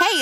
Hey,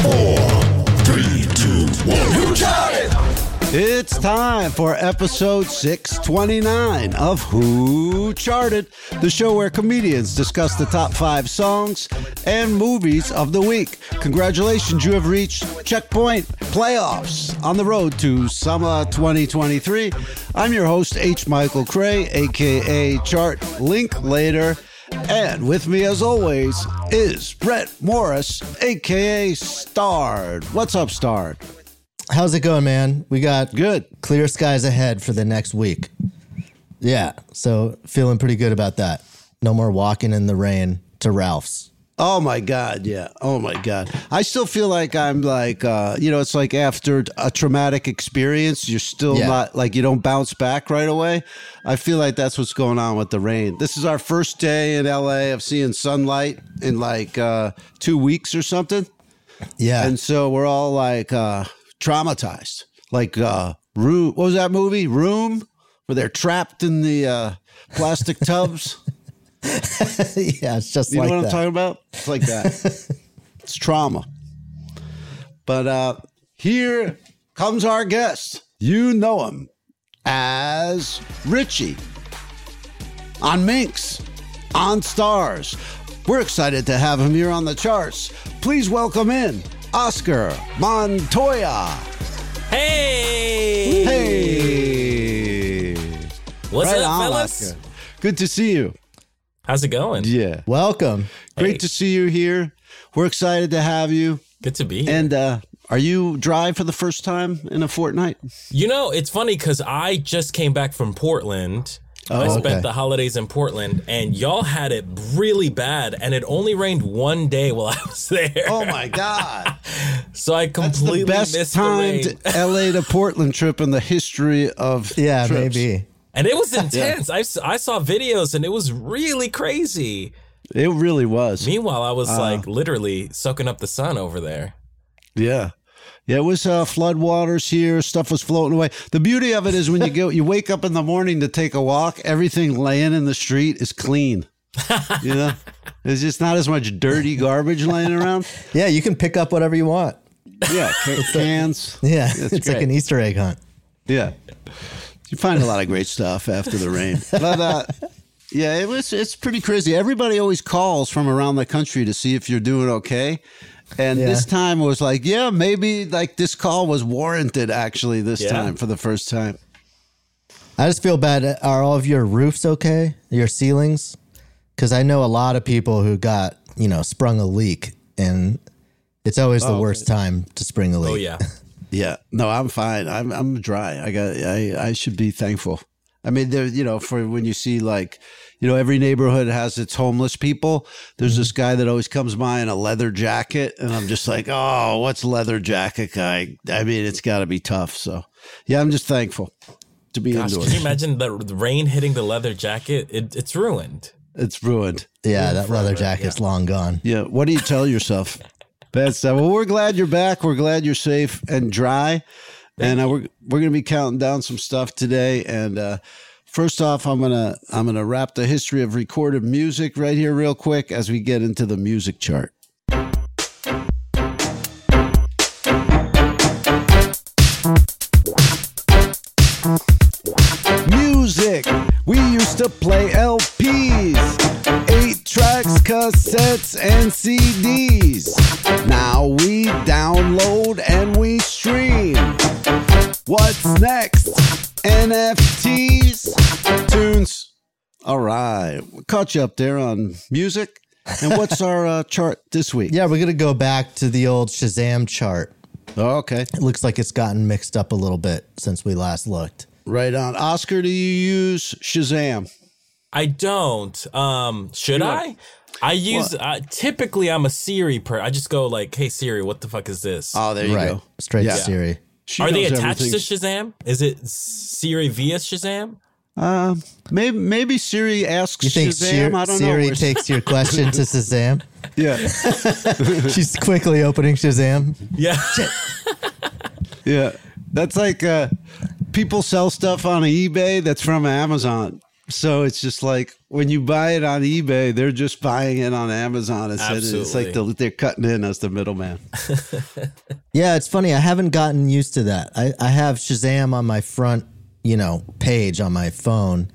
four, three, two, one. You got it! It's time for episode 629 of Who Charted, the show where comedians discuss the top five songs and movies of the week. Congratulations, you have reached checkpoint playoffs on the road to summer 2023. I'm your host, H. Michael Cray, aka Chart Link Later. And with me, as always, is Brett Morris, aka Starred. What's up, Starred? How's it going, man? We got Good. clear skies ahead for the next week. Yeah, so feeling pretty good about that. No more walking in the rain to Ralph's. Oh my God, yeah. Oh my God. I still feel like I'm like, uh, you know, it's like after a traumatic experience, you're still Yeah. not like you don't bounce back right away. I feel like that's what's going on with the rain. This is our first day in LA of seeing sunlight in like uh, two weeks or something. Yeah, And so we're all like uh, traumatized. Like, uh, room, what was that movie? Room, where they're trapped in the uh, plastic tubs. yeah, it's just You like know what that. I'm talking about? It's like that. it's trauma. But uh here comes our guest. You know him as Richie on Minx, on Stars. We're excited to have him here on the charts. Please welcome in Oscar Montoya. Hey! Hey. What's Right up, on, fellas? Oscar. Good to see you. How's it going? Yeah. Welcome. Great Hey. to see you here. We're excited to have you. Good to be here. And uh, are you dry for the first time in a fortnight? you know, it's funny because I just came back from Portland. Oh, I spent okay. the holidays in Portland, and y'all had it really bad, and it only rained one day while I was there. Oh my God! so I That's the completely best missed the rain. timed L.A. to Portland trip in the history of Yeah, trips. maybe. and it was intense. I s I I, saw videos, and it was really crazy. it really was. Meanwhile, I was Uh. like literally soaking up the sun over there. Yeah. Yeah, it was uh, floodwaters here. Stuff was floating away. The beauty of it is when you go, you wake up in the morning to take a walk. Everything laying in the street is clean. You know, there's just not as much dirty garbage laying around. Yeah, you can pick up whatever you want. Yeah, ca- cans. Yeah, it's like great. an Easter egg hunt. Yeah. You find a lot of great stuff after the rain. But uh, yeah, it was it's pretty crazy. Everybody always calls from around the country to see if you're doing okay. And Yeah. this time it was like, yeah, maybe like this call was warranted actually this Yeah. time for the first time. I just feel bad. Are all of your roofs okay? Your ceilings? Because I know a lot of people who got, you know, sprung a leak, and it's always Oh. the worst time to spring a leak. Oh yeah, Yeah. No, I'm fine. I'm I'm dry. I got I I should be thankful. I mean, there you know, for when you see like, you know, every neighborhood has its homeless people. There's Mm-hmm. this guy that always comes by in a leather jacket, and I'm just like, oh, what's leather jacket guy? I mean, it's got to be tough. So, yeah, I'm just thankful to be Gosh, indoors. can you imagine the the rain hitting the leather jacket? It, it's ruined. It's ruined. Yeah, that leather jacket's long gone. Yeah. What do you tell yourself? That's that. Well, we're glad you're back. We're glad you're safe and dry. and uh, we're we're gonna be counting down some stuff today. And uh, first off, I'm gonna I'm gonna wrap the history of recorded music right here, real quick, as we get into the music chart. music. We used to play LPs, eight tracks cassettes and CDs. Now we download and we stream. What's next? NFTs? Tunes. All right. Caught you up there on music. And what's our uh, chart this week? Yeah, we're gonna go back to the old Shazam chart. Oh, okay. It looks like it's gotten mixed up a little bit since we last looked. Right on. Oscar, do you use Shazam? I don't. Um, should I? I use uh, typically I'm a Siri per. I just go like, "Hey Siri, what the fuck is this?" Oh, there you right. go. Straight Yeah. to Siri. She Are they knows attached everything. to Shazam? Is it Siri via Shazam? Um, maybe maybe Siri asks You think Shazam. Siri, I don't Siri know. where- takes your question to Shazam? yeah, She's quickly opening Shazam. Yeah. yeah. That's like uh, people sell stuff on eBay that's from Amazon. So it's just like when you buy it on eBay, they're just buying it on Amazon. Instead. of- It's like the, Absolutely. they're cutting in as the middleman. Yeah, it's funny. I haven't gotten used to that. I, I have Shazam on my front, you know, page on my phone.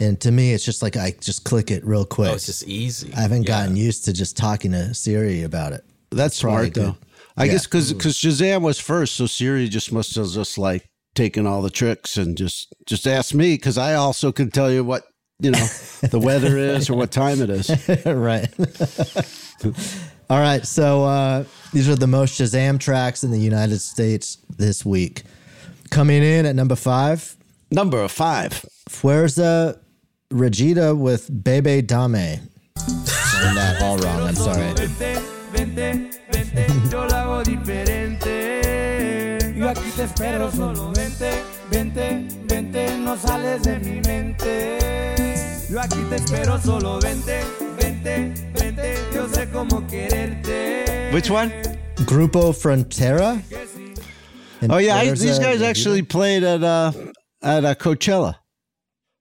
And to me, it's just like I just click it real quick. Oh, it's just easy. I haven't gotten used to just talking to Siri about it. That's probably smart though. good. I Yeah. guess because Shazam was first, so Siri just must have just like taken all the tricks and just just asked me because I also can tell you what you know the weather is or what time it is. right. All right. So uh, these are the most Shazam tracks in the United States this week. Coming in at number five, Number five. Fuerza Regida with Bebe Dame. I'm that all wrong. I'm sorry. Which one? Grupo Frontera. And Oh yeah, I, Fuerza these guys Regida. actually played at uh at uh, Coachella.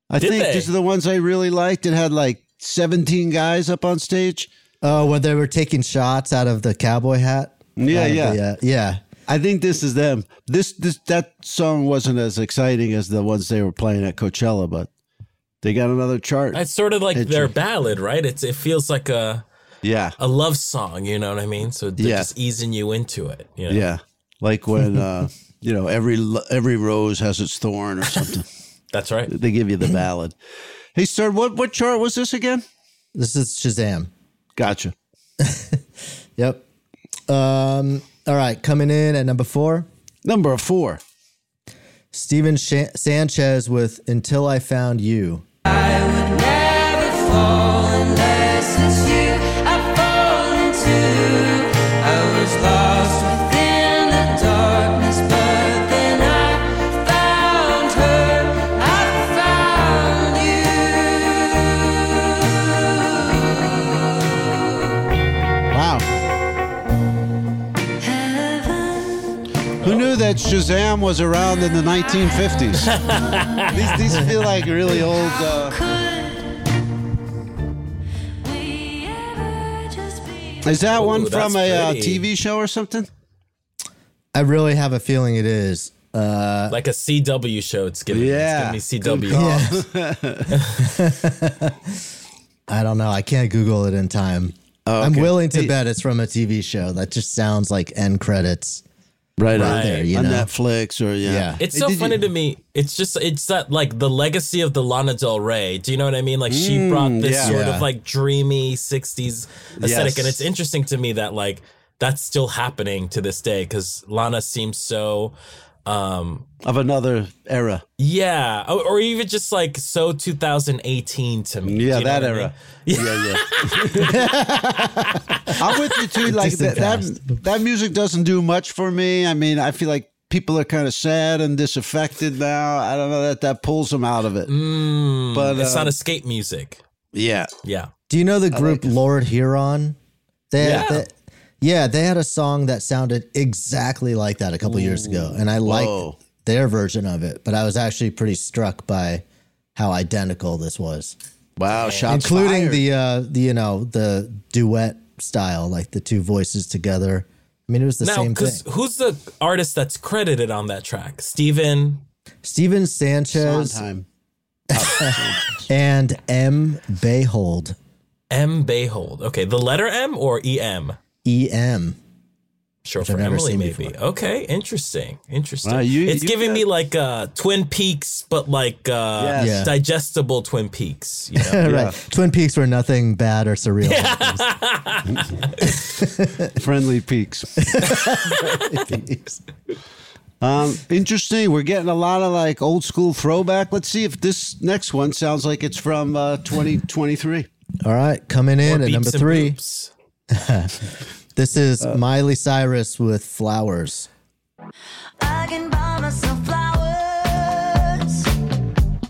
I Did think they? these are the ones I really liked. It had like seventeen guys up on stage. Oh, when they were taking shots out of the cowboy hat. Yeah, Out of yeah. the, uh, yeah. I think this is them. This this that song wasn't as exciting as the ones they were playing at Coachella, but they got another chart. It's sort of like It's their true. ballad, right? It's it feels like a yeah, a love song. You know what I mean? So they're Yeah. just easing you into it. You know? yeah, like when uh, you know every lo- every rose has its thorn or something. That's right. they give you the ballad. Hey, sir, what what chart was this again? This is Shazam. Gotcha. Yep. Um, all right. Coming in at number four, Number four. Steven Shan Sanchez with Until I Found You. Wow. Who knew that Shazam was around in the 1950s? these, these feel like really old. Uh... Is that one Ooh, from that's a uh, pretty. TV show or something? I really have a feeling it is. like a CW show. It's giving. Uh, Yeah. Yeah. It's giving me CW. I don't know. I can't Google it in time. I'm willing to Oh, Hey. bet it's from a TV show. That just sounds like end credits. Right, Right. there, you on know. Netflix or yeah. Yeah. It's so Did you- funny to me. It's just it's that like the legacy of the Lana Del Rey. Do you know what I mean? Like she brought this Mm, yeah. sort Yeah. of like dreamy '60s aesthetic, Yes. and it's interesting to me that like that's still happening to this day because Lana seems so. um of another era. yeah, or, or even just like so 2018 to me. Yeah, Do you know that what I era. mean? Yeah, yeah. I'm with you too. Like that, Distant that, that music doesn't do much for me. I mean, I feel like people are kind of sad and disaffected now. I don't know that that pulls them out of it. but Mm, It's uh, not escape music. yeah, Yeah, Do you know the group Lord Huron? They Yeah. they- yeah, they had a song that sounded exactly like that a couple years ago, and I Whoa. liked their version of it. But I was actually pretty struck by how identical this was, wow, shots including fired. the uh, the you know the duet style, like the two voices together. I mean, it was the now same because thing. who's the artist that's credited on that track? Steven Steven Sanchez Sondheim. and M. Bayhold. M. Bayhold. Okay, the letter M or E M? EM. Sure, I've for never Emily, seen maybe. before. Okay, interesting, interesting. Wow, you- it's you giving got- me like uh, Twin Peaks, but like uh, Yes. Yeah. digestible Twin Peaks. You know? All right. Twin Peaks were nothing bad or surreal. happens. Friendly peaks. Um, interesting. We're getting a lot of like old school throwback. Let's see if this next one sounds like it's from uh, 2023. All right. Coming Or in at beeps number and three. boops. This is Miley Cyrus with Flowers. I can buy myself flowers,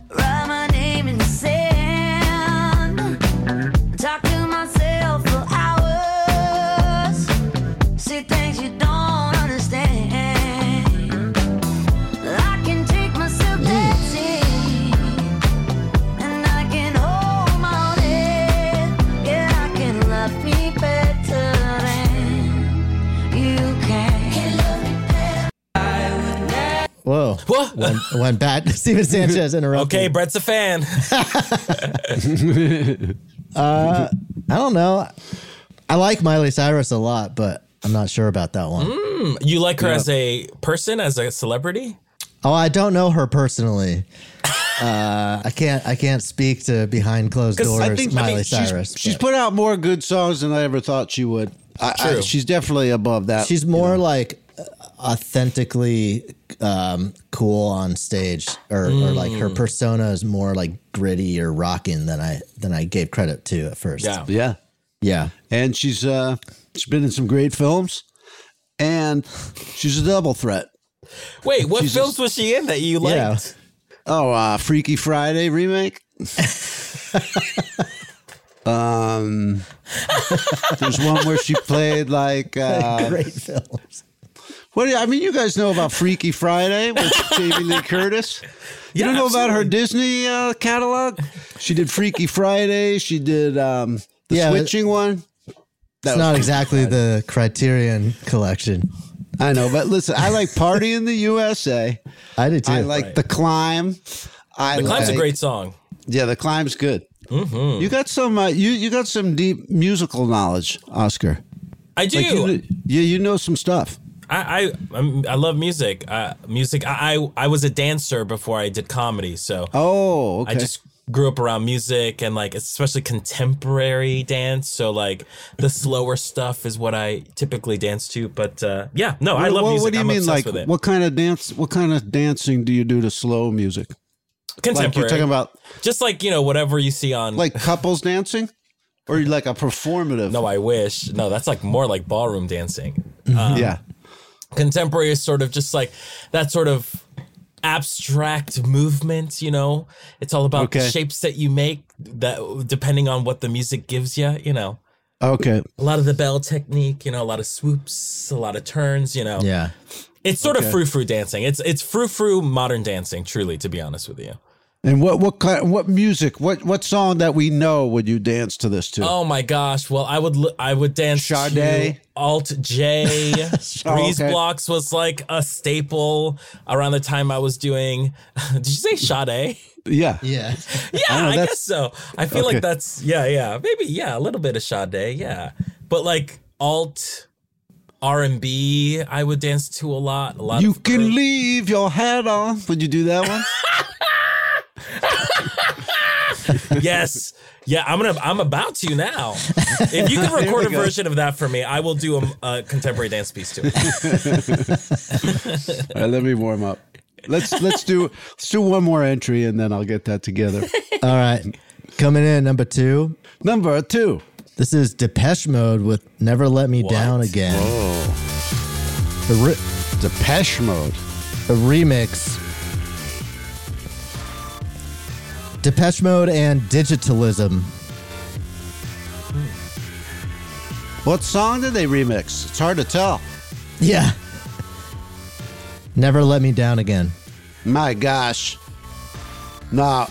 write my name in the sand, talk to myself for hours, see things you don't understand. I can take myself dancing, and I can hold my own head. Yeah, I can love me better than you can. Whoa. What? Went, went back. Steven Sanchez interrupted. Okay, Brett's a fan. I don't know. I like Miley Cyrus a lot, but I'm not sure about that one. You like her as a person, as a celebrity? Oh, I don't know her personally. Uh, I can't. I can't speak to behind closed 'Cause doors. I think- I Miley mean, she's- Cyrus. She's but put out more good songs than I ever thought she would. I, I, True. she's definitely above that. she's more like uh, authentically um, cool on stage, or, or like Mm. her persona is more like gritty or rocking than I than I gave credit to at first. Yeah. yeah, Yeah. and she's uh, she's been in some great films, and she's a double threat. Wait, what films was she in that you liked? Yeah. Oh, uh, Freaky Friday remake. um, there's one where she played like uh, Great films. what? do you- I mean, you guys know about Freaky Friday with Jamie Lee Curtis. You don't know about her Disney uh, catalog? She did Freaky Friday. She did um, the Yeah, but- switching one. That It's was not pretty exactly the Criterion collection. I know, but listen, I like Party in the USA. I do too. I like The Climb. I The Climb's a like- great Mm-hmm. song. Yeah, The Climb's good. You got some. Uh, you you got some deep musical knowledge, Oscar. I do. Like you, yeah, you know some stuff. I, I I'm- I love music. Uh, music. I, I I was a dancer before I did comedy, so Oh, okay. I just grew up around music and like especially contemporary dance. So like the slower stuff is what I typically dance to. But uh, yeah, no, I What- love what, music. What do you I'm mean, obsessed like with it. what kind of dance? What kind of dancing do you do to slow music? Like contemporary? you're talking about just like you know whatever you see on like couples dancing, or like a performative? No, I wish. No, that's like more like ballroom dancing. yeah, Contemporary is sort of just like that sort of abstract movement, you know. It's all about the Okay. shapes that you make that depending on what the music gives you, you know. okay. A lot of the bell technique, you know, a lot of swoops, a lot of turns, you know. yeah. It's sort of frou-frou dancing. It's it's frou-frou modern dancing, truly, to be honest with you. And what what kind, what music? What what song that we know would you dance to this to? Oh my gosh! Well, I would l- I would dance Sade. Oh, to Alt J. Breeze okay. Blocks was like a staple around the time I was doing. Did you say Sade? Yeah, Yeah. Yeah, I, that's- guess so. I feel okay. like that's yeah, yeah, maybe yeah, a little bit of Sade, yeah, but like alt R and B, I would dance to a lot. A lot. You of can leave your hat on. Would you do that one? yes, yeah. I'm gonna. I'm about to now. If you can record a version of that for me, I will do a, a contemporary dance piece to it. All right, let me warm up. Let's let's do let's do one more entry and then I'll get that together. All right. Coming in number two. Number two. This is Depeche Mode with "Never Let Me Down Again." A, re- Depeche Mode. a remix. Depeche Mode and Digitalism. What song did they remix? It's hard to tell. Yeah. Never let me down again. My gosh. No,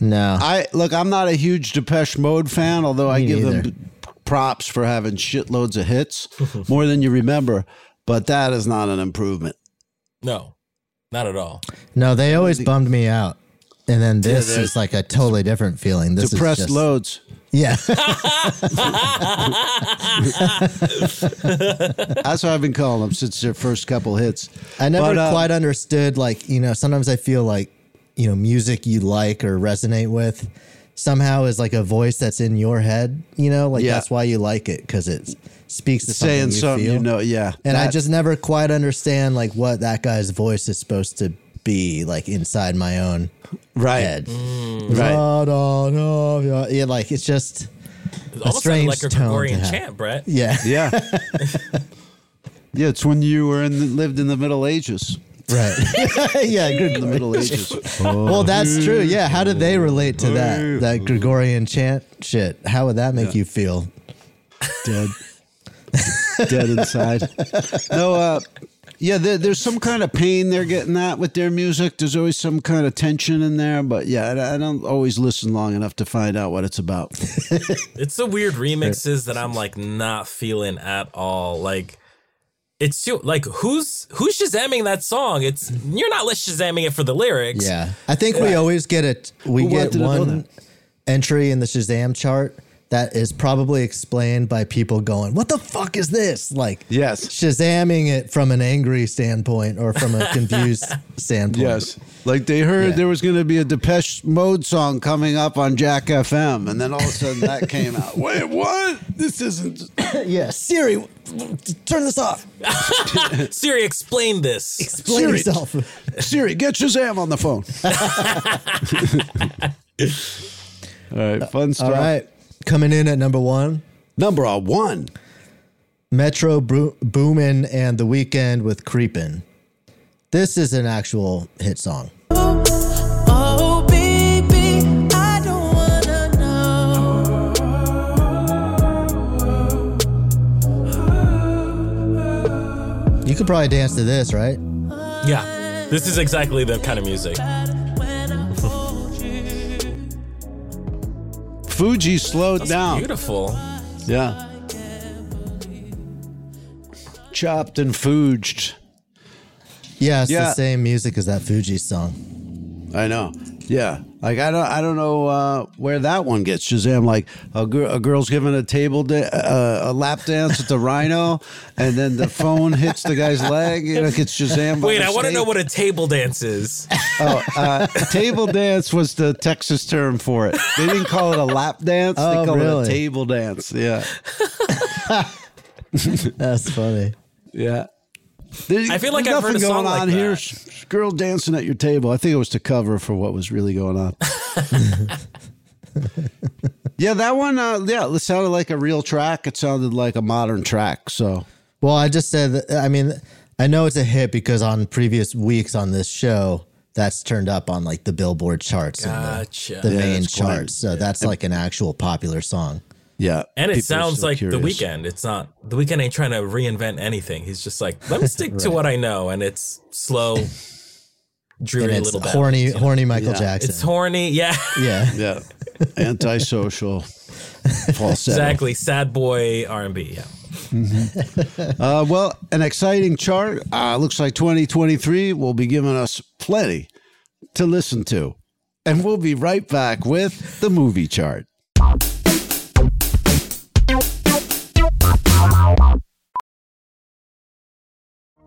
No. I look. I'm not a huge Depeche Mode fan, although I Me give neither. them props for having shitloads of hits, more than you remember. But that is not an improvement. No, not at all. no, they always bummed me out. And then this they're- is like a totally different feeling. This Depressed is just, loads. Yeah. That's what I've been calling them since their first couple hits. I never But, uh, quite understood, like, you know, sometimes I feel like, you know, music you like or resonate with somehow is like a voice that's in your head, you know, like Yeah. that's why you like it because it speaks to something saying you something feel. you know, yeah. And I That- just never quite understand, like, what that guy's voice is supposed to be, like, inside my own right, Mm. head. right. Da, da, da, da. Yeah, like, it's just, It almost sounded strange like a tone to Gregorian have. chant, Brett. yeah. Yeah, yeah. It's when you were in lived in the Middle Ages. Right. yeah. The Gr- Middle Ages. well, that's true. Yeah. How do they relate to that? That Gregorian chant shit. How would that make you feel? dead, dead inside. No, uh, yeah, there, there's some kind of pain they're getting at with their music. There's always some kind of tension in there, but yeah, I, I don't always listen long enough to find out what it's about. It's the weird remixes that I'm like not feeling at all. Like it's too like who's who's shazamming that song? It's you're not shazamming it for the lyrics. Yeah. I think we always get it. We Who get wanted to know one that? entry in the Shazam chart that is probably explained by people going, "What the fuck is this?" Like, Yes. Shazamming it from an angry standpoint or from a confused standpoint. Yes. Like they heard Yeah. there was going to be a Depeche Mode song coming up on Jack FM, and then all of a sudden that came out. Wait, what? This isn't. Yeah. Siri, w- w- turn this off. Siri, explain this. Explain Siri. yourself. Siri, get Shazam on the phone. all right, fun All stuff. right. Coming in at number one. Number one. Metro Bro- Boomin and The Weekend with Creepin. This is an actual hit song. Oh, baby, I don't wanna know. You could probably dance to this, right? Yeah. This is exactly the kind of music. Fuji slowed down. Beautiful. Yeah. Chopped and fooged. Yeah, it's Yeah. the same music as that Fuji song. I know. Yeah. Like I don't I don't know uh, where that one gets Shazam like a, gir- a girl's giving a table da- uh, a lap dance at the Rhino and then the phone hits the guy's leg you know gets Shazam by Wait, I want to mistake. know what a table dance is. Oh, uh, table dance was the Texas term for it. They didn't call it a lap dance, Oh, they called it really? a table dance. Yeah. That's funny. Yeah. There's, I feel like there's I've heard a nothing song going like on here. that. Sh- Girl dancing at your table. I think it was to cover for what was really going on. yeah, that one. Uh, yeah, it sounded like a real track. It sounded like a modern track. So Well, I just said, that, I mean, I know it's a hit because on previous weeks on this show, that's turned up on like the Billboard charts Gotcha. and the, the Yeah, main it's quite- charts. So that's like an actual popular song. yeah, And people it are sounds still like the curious. weekend. It's not the weekend ain't trying to reinvent anything. He's just like, let me stick to what I know, and it's slow, And dreary it's little ballad, horny, you know? horny Michael Jackson. It's horny, yeah, yeah. Yeah, antisocial. Falsetto. exactly. Sad boy R and B. Yeah, Uh, well, an exciting chart. Uh, looks like 2023 will be giving us plenty to listen to. And we'll be right back with the movie chart.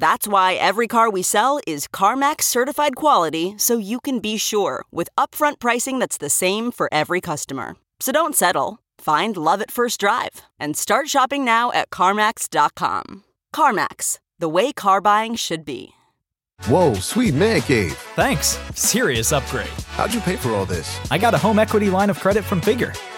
That's why every car we sell is CarMax certified quality so you can be sure with upfront pricing that's the same for every customer. So don't settle. Find love at first drive and start shopping now at CarMax.com. CarMax, the way car buying should be. Whoa, sweet man cave. Thanks. Serious upgrade. How'd you pay for all this? I got a home equity line of credit from Figure.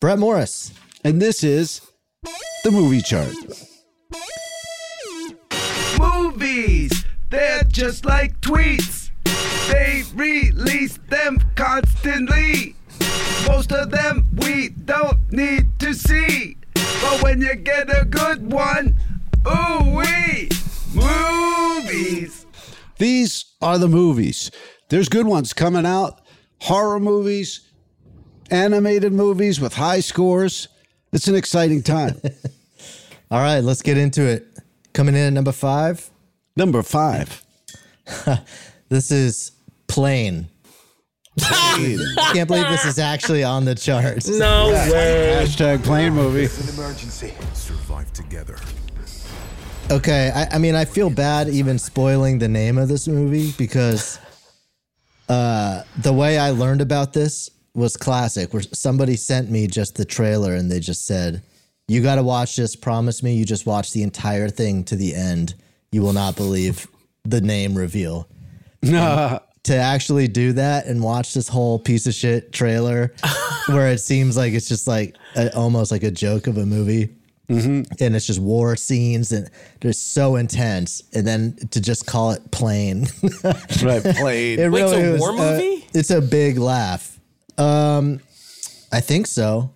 Brett Morris. And this is the movie chart. Movies, they're just like tweets. They release them constantly. Most of them we don't need to see. But when you get a good one, ooh wee! Movies! These are the movies. There's good ones coming out horror movies, animated movies with high scores. It's an exciting time. All right, let's get into it. Coming in at number five. Number five. this is Plane. I can't believe this is actually on the charts. No way. Hashtag plane movie. It's an emergency. Survive together. Okay, I, I mean, I feel bad even spoiling the name of this movie because uh, the way I learned about this was classic, where somebody sent me just the trailer and they just said, You got to watch this. Promise me you just watch the entire thing to the end. You will not believe the name reveal. No. To actually do that and watch this whole piece of shit trailer where it seems like it's just like a, almost like a joke of a movie. Mm-hmm. And it's just war scenes and they're so intense. And then to just call it plain. right, plain. It Wait, it's really a was, war uh, movie? it's a big laugh. Um, I think so.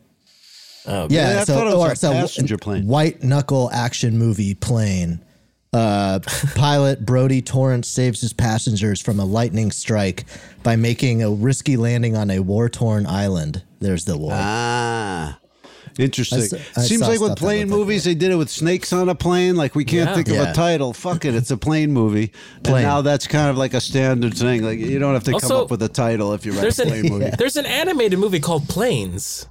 Oh, yeah, Yeah, I so, thought it was or a it's a passenger plane. white knuckle action movie plane. Uh, pilot Brody Torrance saves his passengers from a lightning strike by making a risky landing on a war torn island. There's the war. Ah, interesting. I s- I Seems saw like with stuff that plane looked like movies, they did it with snakes on a plane. Like we can't Yeah. think of Yeah. a title. Fuck it, it's a plane movie. And Plane. now that's kind of like a standard thing. Like you don't have to come Also, up with a title if you write There's a plane movie. an there's an animated movie called Planes.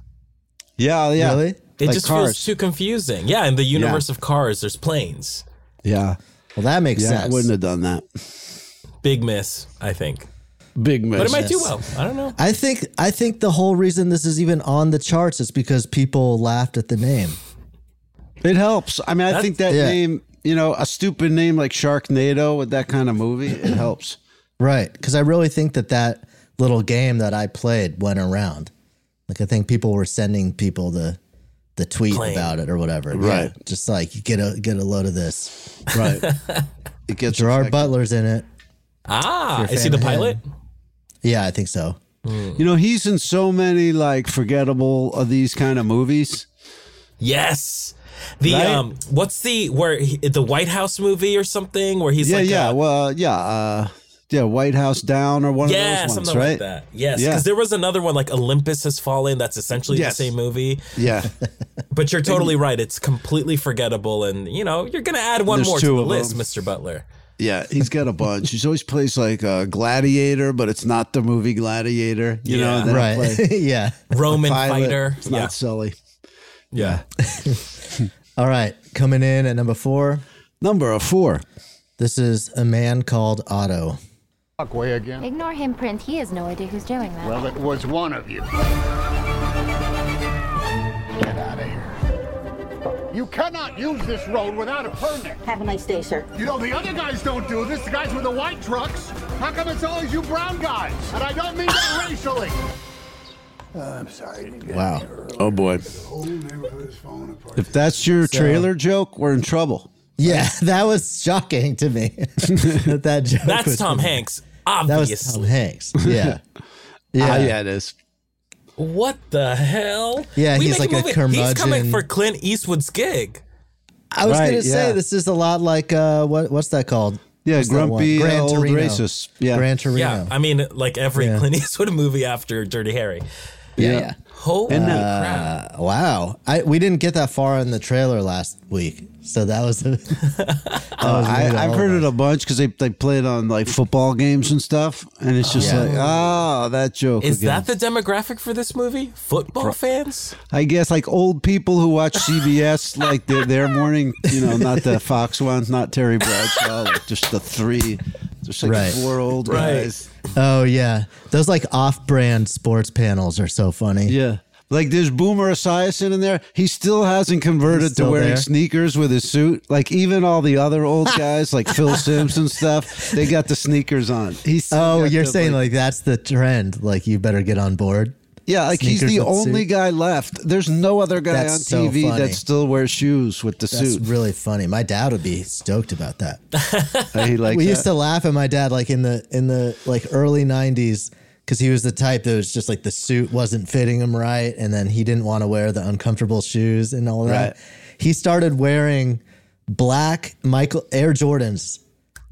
Yeah, yeah, Really? It Like just feels Cars. too confusing. Yeah, in the universe of Cars, there's planes. yeah, Well, that makes yeah. I sense. wouldn't have done that. Big miss, I think. Big But it miss. might do Yes. well. I don't know. I think I think the whole reason this is even on the charts is because people laughed at the name. It helps. I mean, I That's- think that Yeah. name. You know, a stupid name like Sharknado with that kind of movie, it helps. Right, because I really think that that little game that I played went around. Like I think people were sending people the the tweet Playing. about it or whatever. Right. Yeah, just like get a get a load of this. Right. It gets Gerard effective. Butler's in it. Ah, If you're a is he fan the of him. pilot? Yeah, I think so. You know, he's in so many like forgettable of these kind of movies. Yes. The Right? um, what's the where he, the White House movie or something where he's yeah, like yeah, a- well, yeah, uh, yeah, White House Down or one yeah, of those ones, something right? like that. Yes, because Yeah. there was another one like Olympus Has Fallen. That's essentially Yes. the same movie. Yeah, But you're totally right. It's completely forgettable, and you know you're gonna add one There's more to two the of list, them. Mr. Butler. yeah, he's got a bunch. He's always plays like uh, Gladiator, but it's not the movie Gladiator, you know? Yeah. and then he'll play Right. yeah. Roman Pilot. fighter. It's not Sully. yeah. All right. Coming in at number four. Number of four. This is a man called Otto. Fuck way again. Ignore him, Print. He has no idea who's doing that. Well, it was one of you. Get out of here. You cannot use this road without a permit. Have a nice day, sir. You know, the other guys don't do this. The guys with the white trucks. How come it's always you brown guys? And I don't mean that racially. I'm sorry. Wow. Oh boy. If that's your trailer joke, we're in trouble. Yeah, that was shocking to me. that, that joke That's was- Tom Hanks. That Obviously. was Tom Hanks. Yeah. Ah, Yeah. yeah, it is. What the hell? Yeah, We he's make a like a movie- He's coming curmudgeon. for Clint Eastwood's gig. I was Right, gonna yeah. say this is a lot like uh, what what's that called? Yeah, What's that one? grumpy old racist. Yeah. Gran Torino. Yeah, I mean, like every Yeah. Clint Eastwood movie after Dirty Harry. yeah, yeah. yeah. Holy And, crap! Uh, wow, I we didn't get that far in the trailer last week, so that was. that was really Uh, I, I've all heard it about a bunch because they, they play it on like football games and stuff, and it's just Yeah. like, ah, that joke. Is again. that the demographic for this movie? Football fans? I guess like old people who watch CBS, like their their morning, you know, not the Fox ones, not Terry Bradshaw, like just the three, just like Right. four old Right. guys. Oh yeah, those like off-brand sports panels are so funny. Yeah, Like there's Boomer Esiason in there. He still hasn't converted He's still to wearing there. sneakers with his suit. Like even all the other old guys, like Phil Sims and stuff, they got the sneakers on. He's Oh, you're saying like that's the trend. Like you better get on board. yeah, like he's Sneakers the with only suit? guy left. There's no other guy That's on so TV funny. that still wears shoes with the That's suit. really funny. My dad would be stoked about that. he like we that. used to laugh at my dad like in the in the like early 90s because he was the type that was just like the suit wasn't fitting him right and then he didn't want to wear the uncomfortable shoes and all that Right. he started wearing black michael air jordans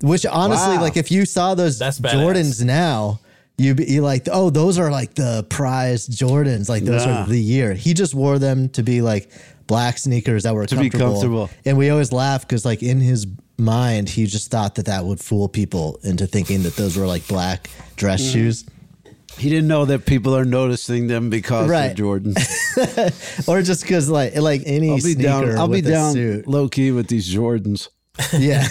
which honestly Wow. like if you saw those That's badass. jordans now you'd be you're like oh those are like the prized jordans like those Nah. are the year he just wore them to be like black sneakers that were To be comfortable. and we always laugh because, like, in his mind, he just thought that that would fool people into thinking that those were like black dress Mhm. shoes. He didn't know that people are noticing them because Right. of Jordan. or just because, like, like any I'll be sneaker down. I'll be with a down suit. low key with these Jordans. Yeah,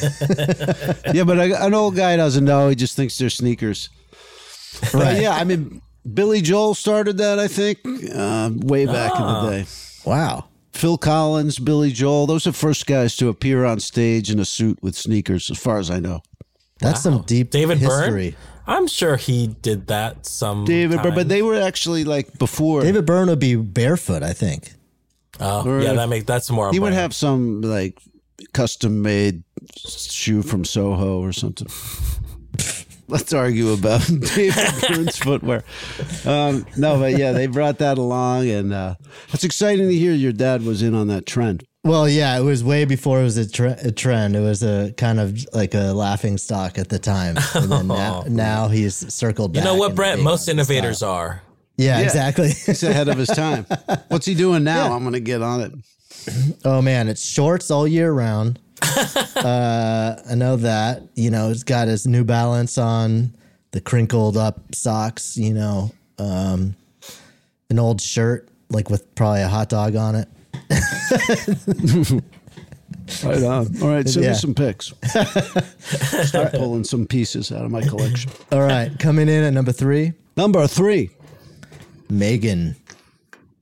yeah, but a, an old guy doesn't know. He just thinks they're sneakers. But Right. yeah, I mean, Billy Joel started that. I think uh, way back in the day. Wow. Phil Collins, Billy Joel, those are the first guys to appear on stage in a suit with sneakers, as far as I know. That's some deep David history. Byrne. I'm sure he did that some. David, time. Byrne, but they were actually like before. David Byrne would be barefoot, I think. Oh, Or yeah, if- that make that's more. on He would brand. have some like custom made shoe from Soho or something. Let's argue about David Byrne's footwear. Um, no, but yeah, they brought that along, and uh, it's exciting to hear your dad was in on that trend. Well, yeah, it was way before it was a, tre- a trend. It was a kind of like a laughing stock at the time. And then now, now he's circled You back. know what, and Brent? big Most on his innovators style. are. Yeah, Yeah. exactly. He's ahead of his time. What's he doing now? I'm going to get on it. Oh man, it's shorts all year round. uh, I know that. You know, he's got his New Balance on, the crinkled up socks. You know, um, an old shirt like with probably a hot dog on it. Right on. All right, send Yeah. me some pics. Start pulling some pieces out of my collection. All right, coming in at number three. Number three, Megan.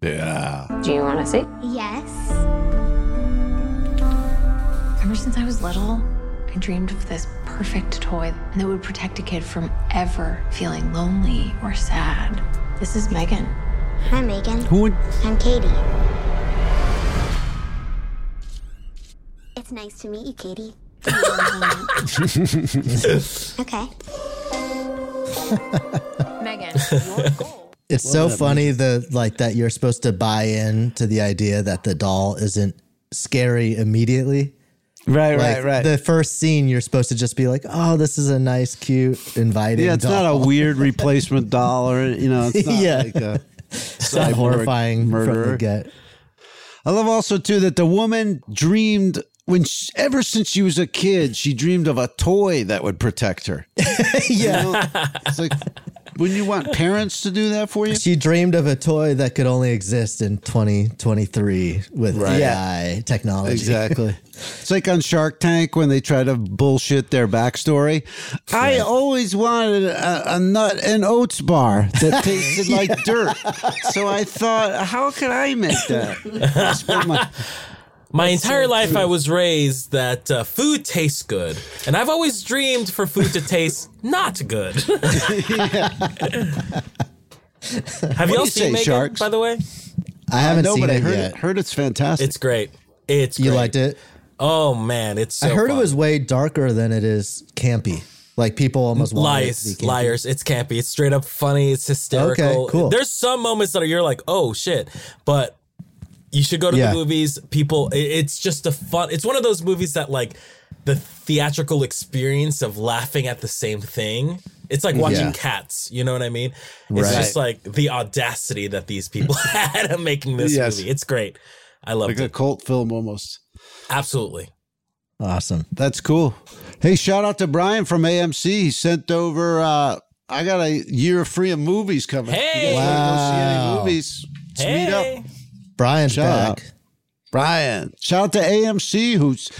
Yeah. Do you want to sit? Yes. Ever since I was little, I dreamed of this perfect toy that would protect a kid from ever feeling lonely or sad. This is Megan. Hi, Megan. Who would? I'm Katie. It's nice to meet you, Katie. okay. Megan, It's Love so that funny the like that you're supposed to buy in to the idea that the doll isn't scary immediately. Right, Like, right, right. The first scene, you're supposed to just be like, "Oh, this is a nice, cute, inviting." yeah, it's not a doll." weird replacement doll or you know, it's not Yeah. like a It's not cyborg horrifying from the murderer. get. I love also too that the woman dreamed when she, ever since she was a kid, she dreamed of a toy that would protect her. yeah, It's like wouldn't you want parents to do that for you? she dreamed of a toy that could only exist in 2023 with Right. AI technology. Exactly. it's like on Shark Tank when they try to bullshit their backstory. I always wanted a, a nut and oats bar that tasted like dirt. So I thought, how could I make that? I spent my- My entire life, I was raised that uh, food tastes good, and I've always dreamed for food to taste not good. Have What do y'all you say, seen Megan, sharks? by the way? I haven't know, seen but I it heard, yet. heard it's fantastic. It's great. It's You great. liked it? Oh man, it's. So I heard fun. it was way darker than it is campy. Like people almost wanted it to lies, be campy. liars. It's campy. It's straight up funny. It's hysterical. Okay, cool. There's some moments that are you're like, oh shit, but you should go to Yeah. the movies. People, it- it's just a fun. It's one of those movies that like the theatrical experience of laughing at the same thing. It's like watching Yeah. Cats. You know what I mean? It's Right. just like the audacity that these people had of making this Yes. movie. It's great. I love like a it. cult film almost. Absolutely. Awesome. That's cool. Hey, shout out to Brian from AMC. He sent over. Uh, I got a year free of movies coming. Hey! you guys Wow. want to go see any movies? Let's meet up. Hey. Brian's Shut back. up. Brian, shout out to AMC who's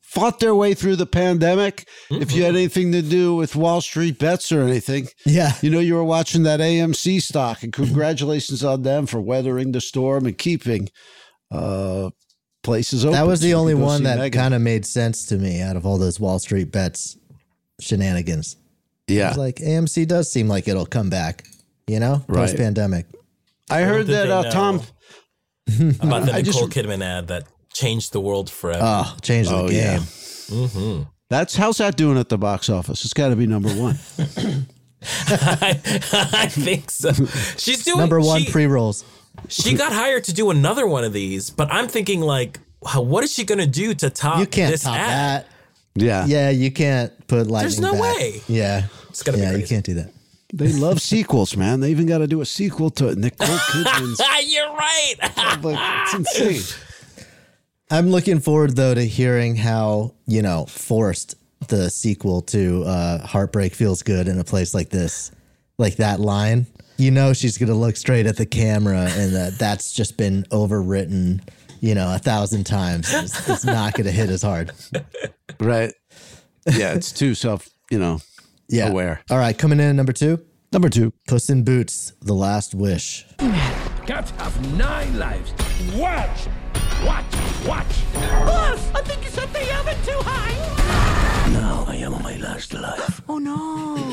fought their way through the pandemic. If Mm-hmm. you had anything to do with Wall Street bets or anything, yeah, you know you were watching that AMC stock, and congratulations on them for weathering the storm and keeping uh, places open. That was so you the only could go one see that Megan. kind of made sense to me out of all those Wall Street bets shenanigans. Yeah. I was like AMC does seem like it'll come back, you know, Right. post pandemic. I Little heard did that they uh, know Tom. about the I just- Nicole Kidman ad that changed the world forever. Oh, changed the Oh, game. yeah. hmm That's how's that doing at the box office? It's got to be number one. I, I think so. She's doing Number one she- pre rolls. She got hired to do another one of these, but I'm thinking like, how- what is she gonna do to top You can't Uh, this top ad? that. Yeah. Yeah, you can't put lightning. no back. way. Yeah. It's gotta be yeah, you crazy. can't do that. They love sequels, man. They even got to do a sequel to Nicole Kidman's. You're right. it's insane. I'm looking forward though to hearing how, you know, forced the sequel to uh Heartbreak Feels Good in a place like this. Like that line. You know she's gonna look straight at the camera and that that's just been overwritten, you know, a thousand times. It's, it's not gonna hit as hard. Right. Yeah, it's too self, you know, Yeah. aware. All right, coming in at number two. Number two. Puss in Boots, The Last Wish. Cats have nine lives. Watch! Watch! Watch! Boss! I think you set the oven too high! Now I am on my last life. Oh no!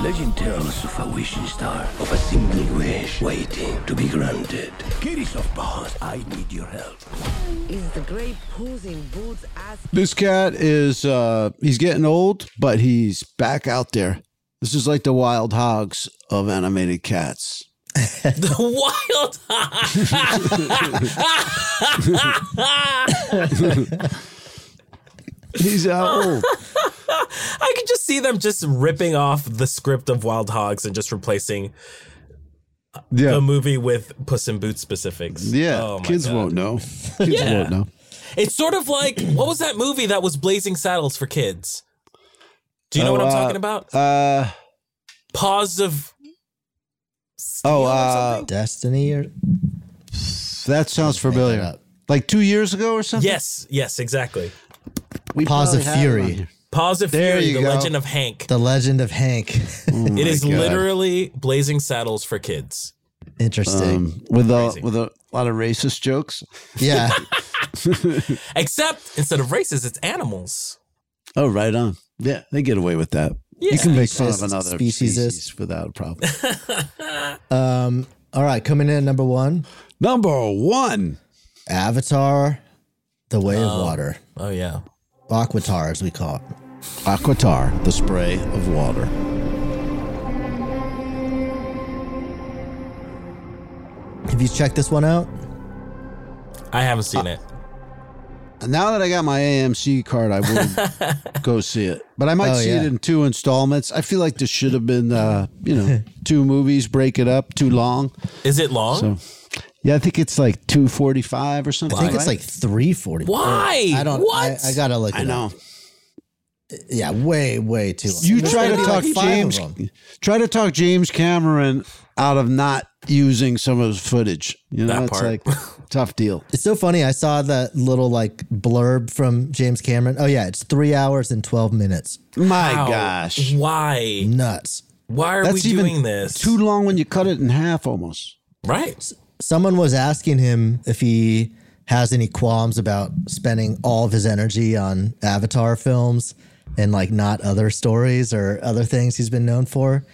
Legend tells of a wishing star, of a single wish waiting to be granted. Kiddies of Bars, I need your help. Is the great Puss in Boots ass This cat is uh he's getting old, but he's back out there. This is like the wild hogs of animated cats. The wild He's out old. I could just see them just ripping off the script of Wild Hogs and just replacing the movie with Puss in Boots specifics. Yeah, Oh my kids God. won't know. Kids Yeah. won't know. It's sort of like what was that movie that was Blazing Saddles for kids? Do you know Oh, what I'm uh, talking about? Uh Paws of oh, uh, Destiny or that sounds familiar. Like two years ago or something. yes, yes, exactly. we Paws probably of had it on Fury. here. Paws of There Fury, you The go. Legend of Hank. The Legend of Hank. it is Oh God. literally Blazing Saddles for kids. Interesting. Um, with a with a lot of racist jokes. yeah. Except instead of races, it's animals. Oh, right on. Yeah, they get away with that. Yeah. You can make fun of Speciesist, another speciesist. species without a problem. Um, all right, coming in at number one. Number one. Avatar, The Way of Water. Oh yeah. Aquatar, as we call it. Aquatar, the spray of water. Have you checked this one out? I haven't seen it. Now that I got my AMC card, I will go see it. But I might Oh, see it yeah. in two installments. I feel like this should have been, uh, you know, two movies, break it up, too long. Is it long? So, yeah, I think it's like 245 or something. I think it's right? like 340. Why? I don't What? I, I gotta look. I it up. know. Yeah, way, way too long. You There's try to gonna be talk like five of James them. try to talk James Cameron out of not using some of his footage. You know, That it's part. like tough deal. It's so funny. I saw that little like blurb from James Cameron. Oh yeah, it's three hours and twelve minutes. My How? gosh. Why? Nuts. Why are we That's even doing this? too long when you cut it in half almost. right? Someone was asking him if he has any qualms about spending all of his energy on Avatar films and like not other stories or other things he's been known for.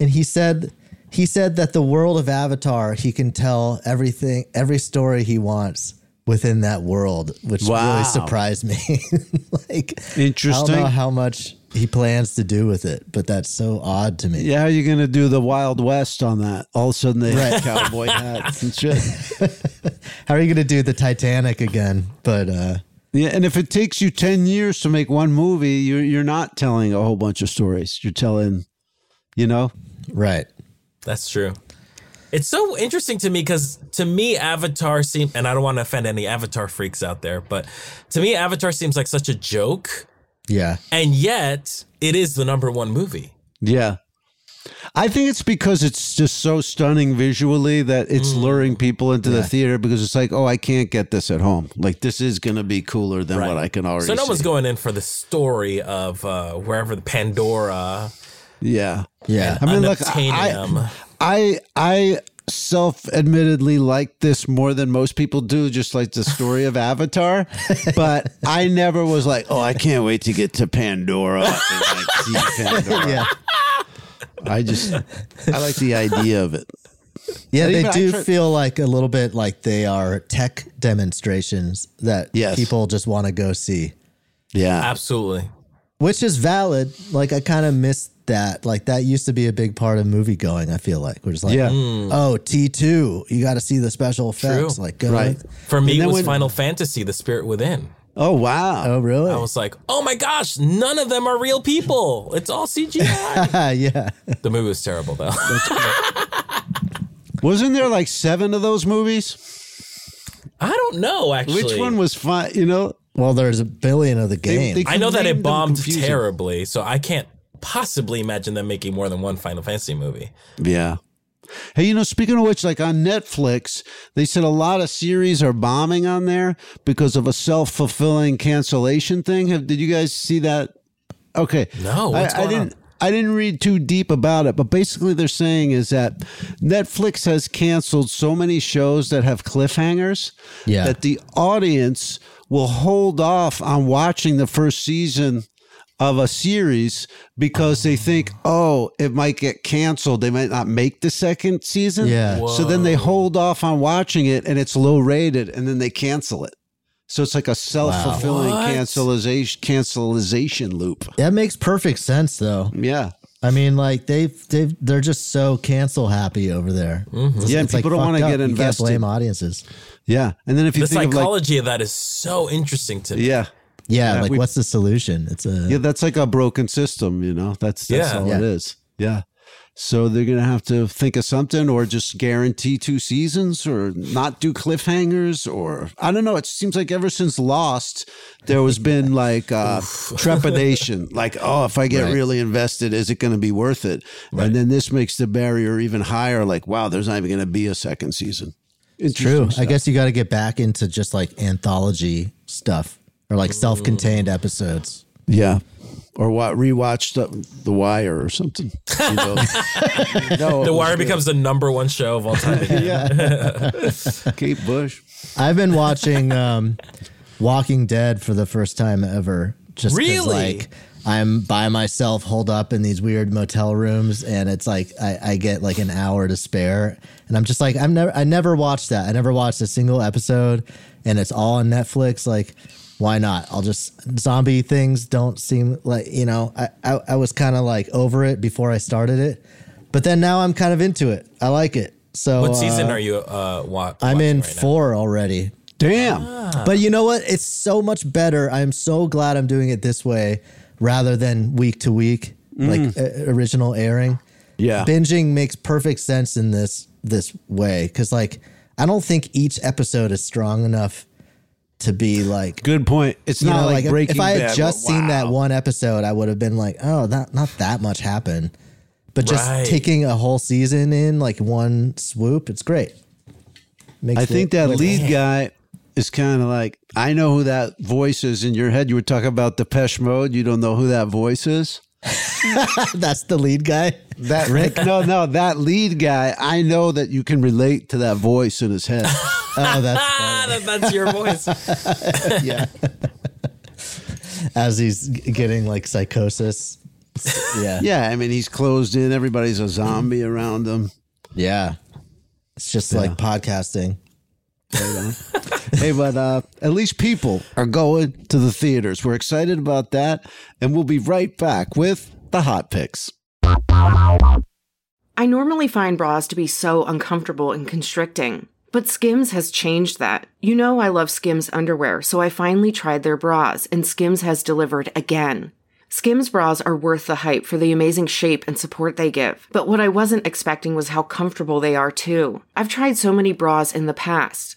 And he said he said that the world of Avatar, he can tell everything every story he wants within that world, which Wow. really surprised me. like I don't Interesting. know how much he plans to do with it, but that's so odd to me. Yeah, how are you gonna do the Wild West on that? All of a sudden they Right. have cowboy hats and shit. How are you gonna do the Titanic again? But uh Yeah, and if it takes you ten years to make one movie, you're you're not telling a whole bunch of stories. You're telling, you know, right. That's true. It's so interesting to me because to me, Avatar seems, and I don't want to offend any Avatar freaks out there, but to me, Avatar seems like such a joke, Yeah. and yet it is the number one movie. yeah. I think it's because it's just so stunning visually that it's luring people into the Mm. Yeah. theater because it's like, oh, I can't get this at home. Like this is gonna be cooler than what I can E already. So no see. one's going in for the story of uh, wherever the Pandora. Yeah. Yeah. I mean, look, Unobtainium. I, I, I self admittedly like this more than most people do, just like the story of Avatar. But I never was like, oh, I can't wait to get to Pandora. and, like, see Pandora. Yeah. I just, I like the idea of it. Yeah, And they even I do tr- feel like a little bit like they are tech demonstrations that Yes. people just want to go see, Yeah. Absolutely. which is valid. Like I kind of missed that. Like that used to be a big part of movie going. I feel like we're just like, Yeah. Mm. oh, T two, you got to see the special effects. Like, go For me, And it then was when- Final Fantasy: The Spirit Within. Oh wow! Oh really? I was like, oh my gosh, none of them are real people. It's all CGI. Oh. yeah. the movie was terrible though. Wasn't there like seven of those movies? I don't know actually. Which one was fun? You know, Well, there's a billion of the game. I know that it bombed terribly, so I can't possibly imagine them making more than one Final Fantasy movie. Yeah. Hey, you know, speaking of which, like on Netflix, they said a lot of series are bombing on there because of a self fulfilling cancellation thing. Have, did you guys see that? Okay. No, what's I, I going didn't. I didn't read too deep about it, but basically they're saying is that Netflix has canceled so many shows that have cliffhangers Yeah. that the audience will hold off on watching the first season of a series because they think, oh, it might get canceled. They might not make the second season. Yeah. So then they hold off on watching it and it's low rated and then they cancel it. So it's like a self fulfilling What? cancelization cancelization loop. That makes perfect sense, though. Yeah. I mean, like they've they've they're just so cancel happy over there. It's- Mm. Yeah, and it's, like, people don't wanna fucked up. get invested. You can't blame audiences. Yeah. And then if you the think of like psychology of that is so interesting to me. Yeah. Yeah, Yeah, like we- what's the solution? It's uh, a Yeah, that's like a broken system, you know. That's that's Yeah. all Yeah. it is. Yeah. So they're gonna have to think of something or just guarantee two seasons or not do cliffhangers or I don't know. It seems like ever since Lost, there was been like uh trepidation. Like, oh, if I get Right. really invested, is it gonna be worth it? And then this makes the barrier even higher, like, wow, there's not even gonna be a second season. it's true. Interesting I guess you got to get back into just like anthology stuff or like self-contained episodes. Yeah. Or what rewatched the, the Wire or something. You know? No, it was the Wire good. becomes the number one show of all time. yeah. Kate Bush. I've been watching um, Walking Dead for the first time ever. Just 'cause, Really? like I'm by myself, holed up in these weird motel rooms, and it's like I, I get like an hour to spare, and I'm just like I'm never I never watched that. I never watched a single episode, and it's all on Netflix. Like, why not? I'll just zombie things don't seem like you know. I I, I was kind of like over it before I started it, but then now I'm kind of into it. I like it. So Oh, what season uh, are you uh, wa- I'm in four already. Damn. Ah. But you know what? It's so much better. I'm so glad I'm doing it this way rather than week to week, like uh, original airing. Mm. Yeah. Binging makes perfect sense in this this way cuz like I don't think each episode is strong enough to be like Good point. It's you not know, like, if- Breaking If I had Bad, just where, seen that wow. one episode, I would have been like, "Oh, that not that much happened." But just Right. taking a whole season in like one swoop, it's great. Makes I it- think that makes- lead guy is kind of like I know who that voice is in your head. You were talking about Depeche Mode. You don't know who that voice is. That's the lead guy. That Rick? no, no, that lead guy. I know that you can relate to that voice in his head. Oh, that's Ah, That- that's your voice. yeah. As he's g- getting like psychosis. Yeah. yeah, I mean he's closed in. Everybody's a zombie around him. Yeah. It's just like podcasting. hey, but uh, at least people are going to the theaters. We're excited about that, and we'll be right back with the hot picks. I normally find bras to be so uncomfortable and constricting, but Skims has changed that. You know, I love Skims underwear, so I finally tried their bras, and Skims has delivered again. Skims bras are worth the hype for the amazing shape and support they give, but what I wasn't expecting was how comfortable they are too. I've tried so many bras in the past,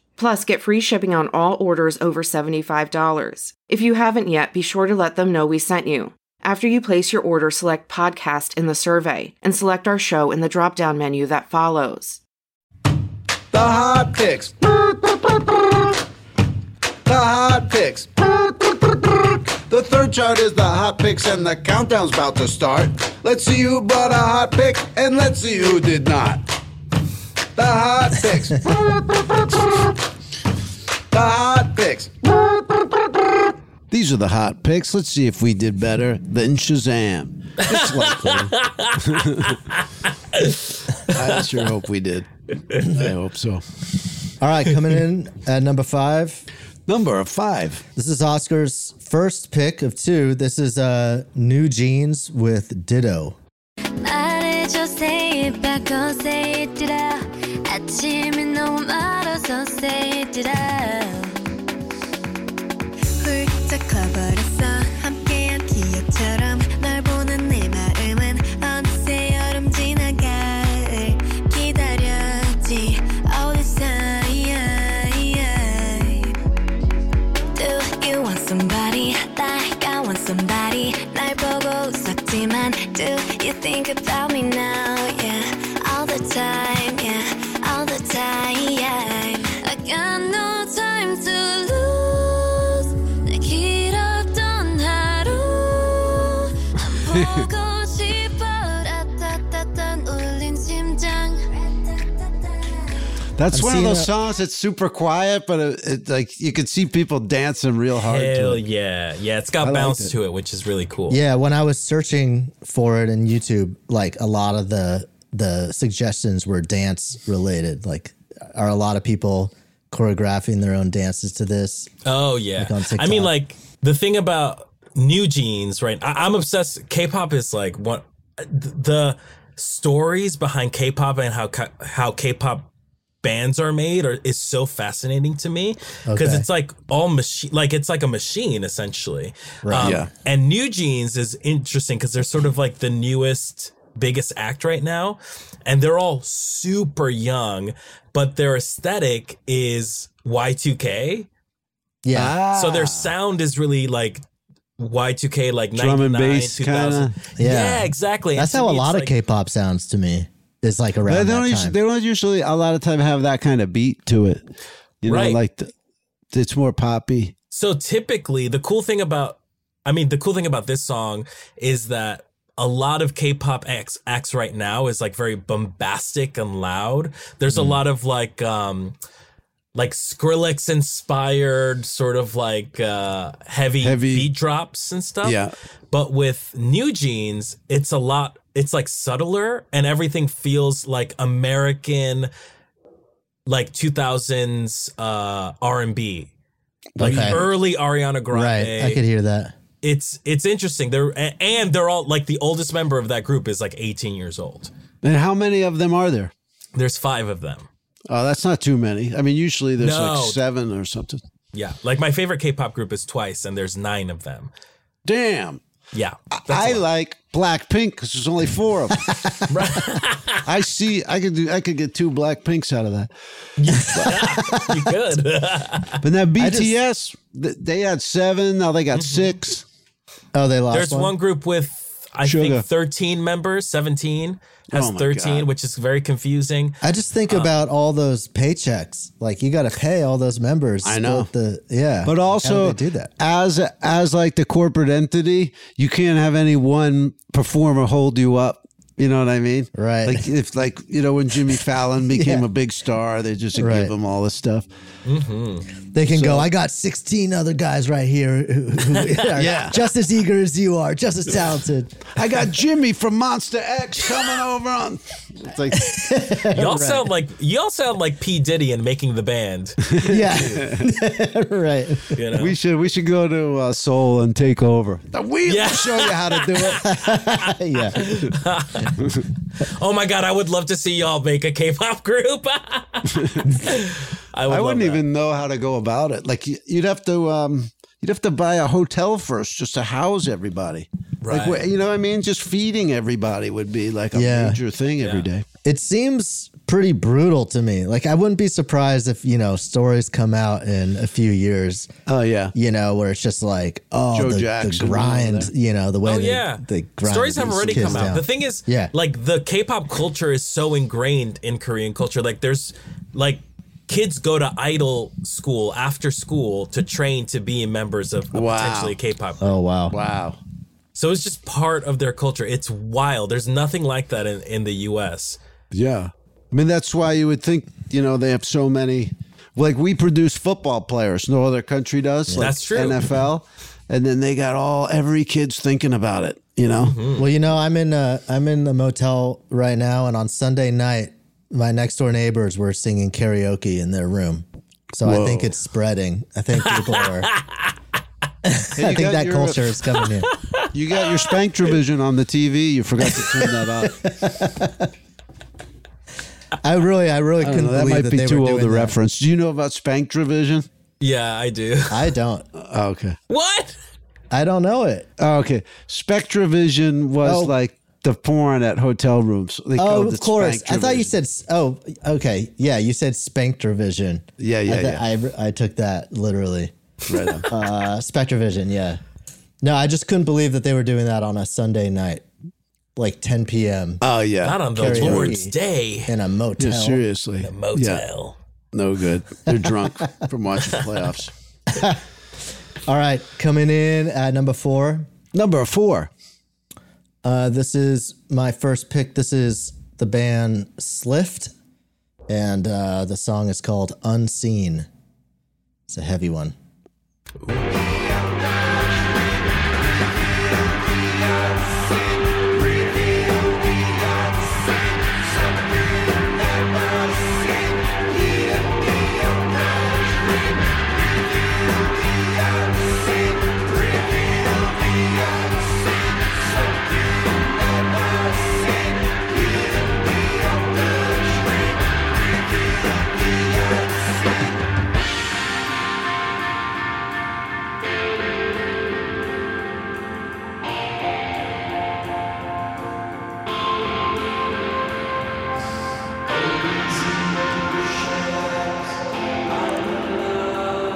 Plus, get free shipping on all orders over $75. If you haven't yet, be sure to let them know we sent you. After you place your order, select podcast in the survey and select our show in the drop down menu that follows. The hot picks. The hot picks. The third chart is the hot picks, and the countdown's about to start. Let's see who brought a hot pick, and let's see who did not. The hot picks. the hot picks. These are the hot picks. Let's see if we did better than Shazam. It's likely. I sure hope we did. I hope so. All right, coming in at number five. Number five. This is Oscar's first pick of two. This is uh, New Jeans with Ditto. 말해줘 say it back or say it out 아침이 너무 멀어서 say it out 훌쩍 커버렸어 함께한 기억처럼 널 보는 내 마음은 언제 여름 지나 가을 기다렸지 어디 사이야 Do you want somebody like I want somebody 날 보고 웃었지만 Do you think about me now yeah all the time yeah all the time I got no time to lose 내 길었던 하루 안 보고 싶어 따따따따 울린 심장 That's I'm one of seeing those a- songs that's super quiet, but it, it, like you could see people dancing real hard. Hell to it. yeah. Yeah, it's I got liked bounce it. to it, which is really cool. Yeah, when I was searching for it in YouTube, like a lot of the the suggestions were dance related. Like, are a lot of people choreographing their own dances to this? Oh yeah. Like on I mean, TikTok. like the thing about new jeans, right? I, I'm obsessed. K-pop is like one the stories behind K-pop and how K- how K-pop bands are made are is so fascinating to me because Okay. it's like all machine like it's like a machine essentially Um, Right. Yeah. and new jeans is interesting because they're sort of like the newest biggest act right now and they're all super young but their aesthetic is y2k Yeah. Ah. so Ah. their sound is really like Y2K, like Drum and 99, bass 2000. kinda. Yeah. Yeah. exactly. That's And how to a me, it's lot of like- K-pop sounds to me. Is like around They that don't, time. usually, they don't usually a lot of time have that kind of beat to it. You know, Right. like the, it's more poppy. So typically, the cool thing about, I mean, the cool thing about this song is that a lot of K-pop acts, acts right now is like very bombastic and loud. There's Hmm. a lot of like, um, like Skrillex inspired sort of like uh, heavy, Heavy- beat drops and stuff. Yeah. But with New Jeans, it's a lot. It's like subtler, and everything feels like American, like 2000s uh, R and B, like Okay. early Ariana Grande. right. I could hear that. It's it's interesting. They're a- and they're all like the oldest member of that group is like 18 years old. And how many of them are there? There's five of them. Oh, that's not too many. I mean, usually there's No. like seven or something. Yeah, like my favorite K-pop group is Twice, and there's nine of them. Damn. Yeah, I like Blackpink because there's only four of them. I see. I could do. I could get two Black Pinks out of that. you could. But now BTS, th they had seven. Now they got Mm-hmm. six. Oh, they lost. There's one. group with I Sugar. think 13 members, 17 has Oh my 13, God. which is very confusing. I just Uh, think about all those paychecks. Like you got to pay all those members. I know. split The yeah, But How also, do they do that. as as like the corporate entity, you can't have any one performer hold you up. You know what I mean? Right. Like if like you know when Jimmy Fallon became a big star, they just Right. give him all this stuff. They can So- go. I got 16 other guys right here who, who are Yeah. just as eager as you are, just as talented. I got Jimmy from Monster X coming over on. It's like Y'all all sound like y'all sound like P Diddy in making the band. yeah, right. You know? we should we should go to uh, Seoul and take over. The wheel Yeah. will show you how to do it. yeah. oh my god, I would love to see y'all make a K-pop group. I, would not even know how to go about it. Like y- you'd have to, um, you'd have to buy a hotel first just to house everybody. Like Right. wh- you know, what I mean, just feeding everybody would be like a Yeah. major thing every day. It seems pretty brutal to me. Like I wouldn't be surprised if, you know, stories come out in a few years. Oh yeah. You know, where it's just like, oh, Joe the, Jackson the grind, and all that. you know, the way Oh they, yeah, they grind stories have these already kids come out. down. The thing is, Yeah. like the K-pop culture is so ingrained in Korean culture. Like there's like kids go to idol school after school to train to be members of a Wow. potentially a K-pop. group. Oh wow. Wow. So it's just part of their culture. It's wild. There's nothing like that in, in the U.S. Yeah. I mean, that's why you would think, you know, they have so many. Like, we produce football players, no other country does. Like That's true. NFL. And then they got all, every kid's thinking about it, you know? Well, you know, I'm in a I'm in a motel right now, and on Sunday night, my next door neighbors were singing karaoke in their room. So I think Whoa. it's spreading. I think people are. I think got that your- culture is coming in. You got your spank television on the TV. You forgot to turn that up. I really, I really I don't know, couldn't Oh, that believe might that be they too were old a doing that. reference. Do you know about spank television? Yeah, I do. I don't. okay. What? I don't know it. Oh, Okay. Spectravision was Oh. like the porn at hotel rooms. They oh, called of it course. I thought you Spanktravision. said. s- Oh, okay. Yeah, you said Spectrovision. Yeah, yeah, I, I, I took that literally. Right on. Uh, Spectrovision. Yeah. No, I just couldn't believe that they were doing that on a Sunday night, like 10 p.m. Oh, yeah. Not on the Karaoke Lord's Day. in a motel. Yeah, seriously. The motel. No good. They're drunk from watching playoffs. All right, coming in at number four. Number four. Uh, this is my first pick. This is the band Slift, and uh, the song is called Unseen. It's a heavy one.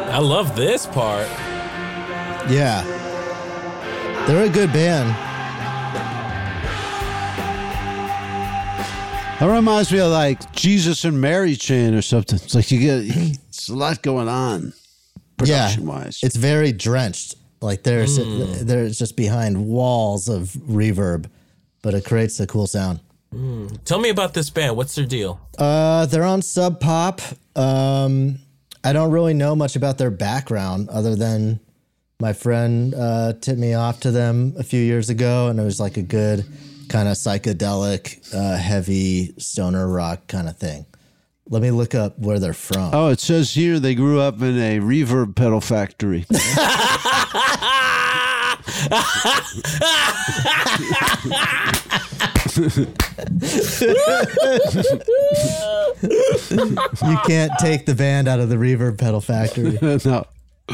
I love this part. Yeah, they're a good band. That reminds me of like Jesus and Mary chain or something. It's like you get it's a lot going on production wise. It's very drenched. Like there's there's just behind walls of reverb, but it creates a cool sound. Tell me about this band. What's their deal? Uh, they're on Sub Pop. Um, I don't really know much about their background other than my friend uh, tipped me off to them a few years ago, and it was like a good kind of psychedelic, uh, heavy stoner rock kind of thing. Let me look up where they're from. Oh, it says here they grew up in a reverb pedal factory. You can't take the band out of the reverb pedal factory. no.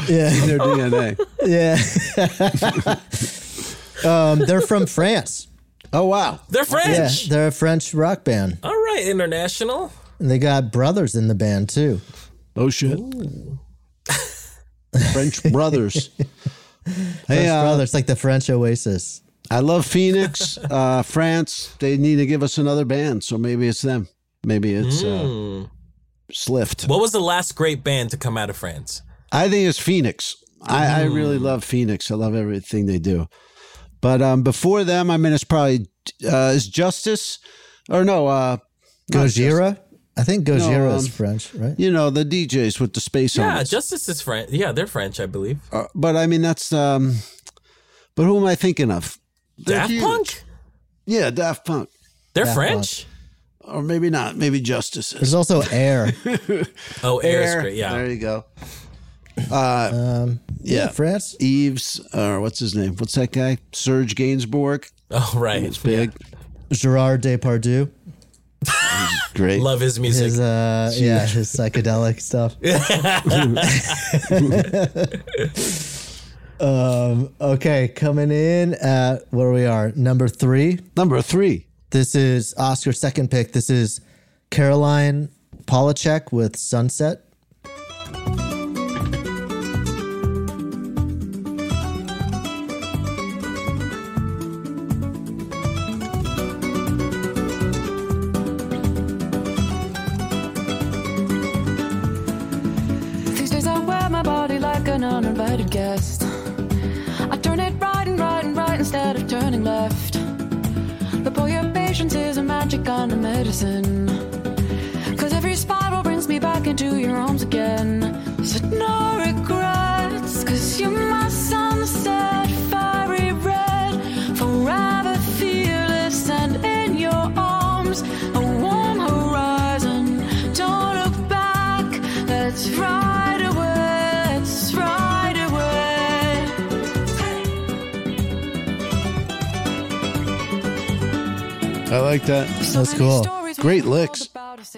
Yeah. In their DNA. Yeah. um, they're from France. Oh wow. They're Yeah, French. they're a French rock band. All right, international. And they got brothers in the band too. Oh shit. French brothers. hey, French uh, brothers, like the French Oasis. I love Phoenix, uh, France. They need to give us another band, so maybe it's them. Maybe it's Hmm. uh, Slift. What was the last great band to come out of France? I think it's Phoenix. I, I really Hmm. love Phoenix. I love everything they do. But um, before them, I mean, it's probably uh, is Justice or no uh, not Justice. Gojira? I think Gojira No, is um, French, right? You know the DJs with the space on. Yeah, Justice is French. Yeah, they're French, I believe. Uh, but I mean, that's. Um, but who am I thinking of? They're Daft huge. Punk? Yeah, Daft Punk, They're Daft French? or maybe not. Maybe Justice is. There's also Air. Oh, Air is Air. great. Yeah. There you go. Uh, Um, yeah. France. Eves, or what's his name? What's that guy? Serge Gainsbourg. Oh, right. He's big. Gerard Depardieu. Great. Love his music. His, uh, yeah, his psychedelic stuff. um, okay, coming in at where we are, number three. Number three. This is Oscar's second pick. This is Caroline Polachek with Sunset. These days I wear my body like an uninvited guest. I turn it right and right and right instead of turning left. The boy of patience is a magic kind of medicine. Cause every spiral brings me back into your arms again. So no regrets, cause you're my sunset, fiery red, forever fearless, and in your arms, a warm horizon. Don't look back, let's ride away, let's ride away. I like that. That's cool. Great licks.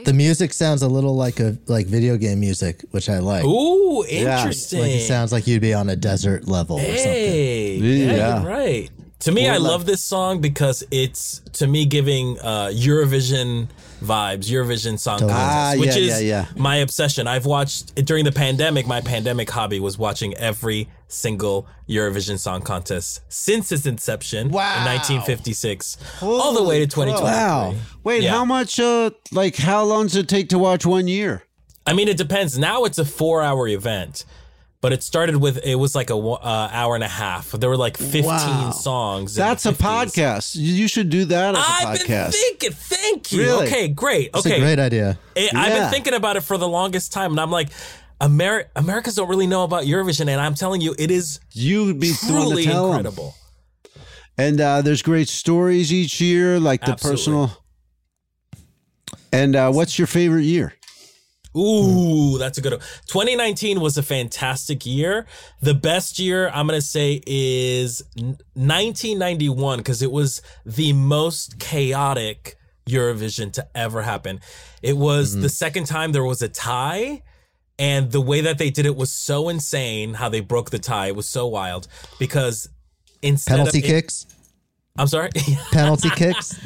The music sounds a little like a like video game music, which I like. Ooh, Yeah. interesting. Like it sounds like you'd be on a desert level or something. Hey, Yeah. yeah, you're right. To me, Or I like- love this song because it's to me giving uh, Eurovision vibes, Eurovision song Totally. contest, Ah, which yeah, is yeah, yeah. my obsession. I've watched during the pandemic. My pandemic hobby was watching every single Eurovision song contest since its inception in 1956, all the way to 2020. Wow. Wait, Yeah. how much? Uh, like, how long does it take to watch one year? I mean, it depends. Now it's a four hour event, but it started with it was like a wo- uh, hour and a half. There were like fifteen Wow. songs. in the That's a podcast. You- You should do that as a I've podcast. been thinking. Thank you. Really? Okay, great. It's Okay, a great idea. I- I've Yeah. been thinking about it for the longest time, and I'm like, Ameri- Americans don't really know about Eurovision, and I'm telling you, it is You'd be the one to truly tell 'em. incredible. And uh, there's great stories each year, like the Absolutely. personal. And uh, what's your favorite year? Ooh, that's a good one. 2019 was a fantastic year. The best year I'm going to say is n- 1991 because it was the most chaotic Eurovision to ever happen. It was the second time there was a tie. And the way that they did it was so insane how they broke the tie. It was so wild because instead Penalty of it- kicks. I'm sorry. Penalty kicks.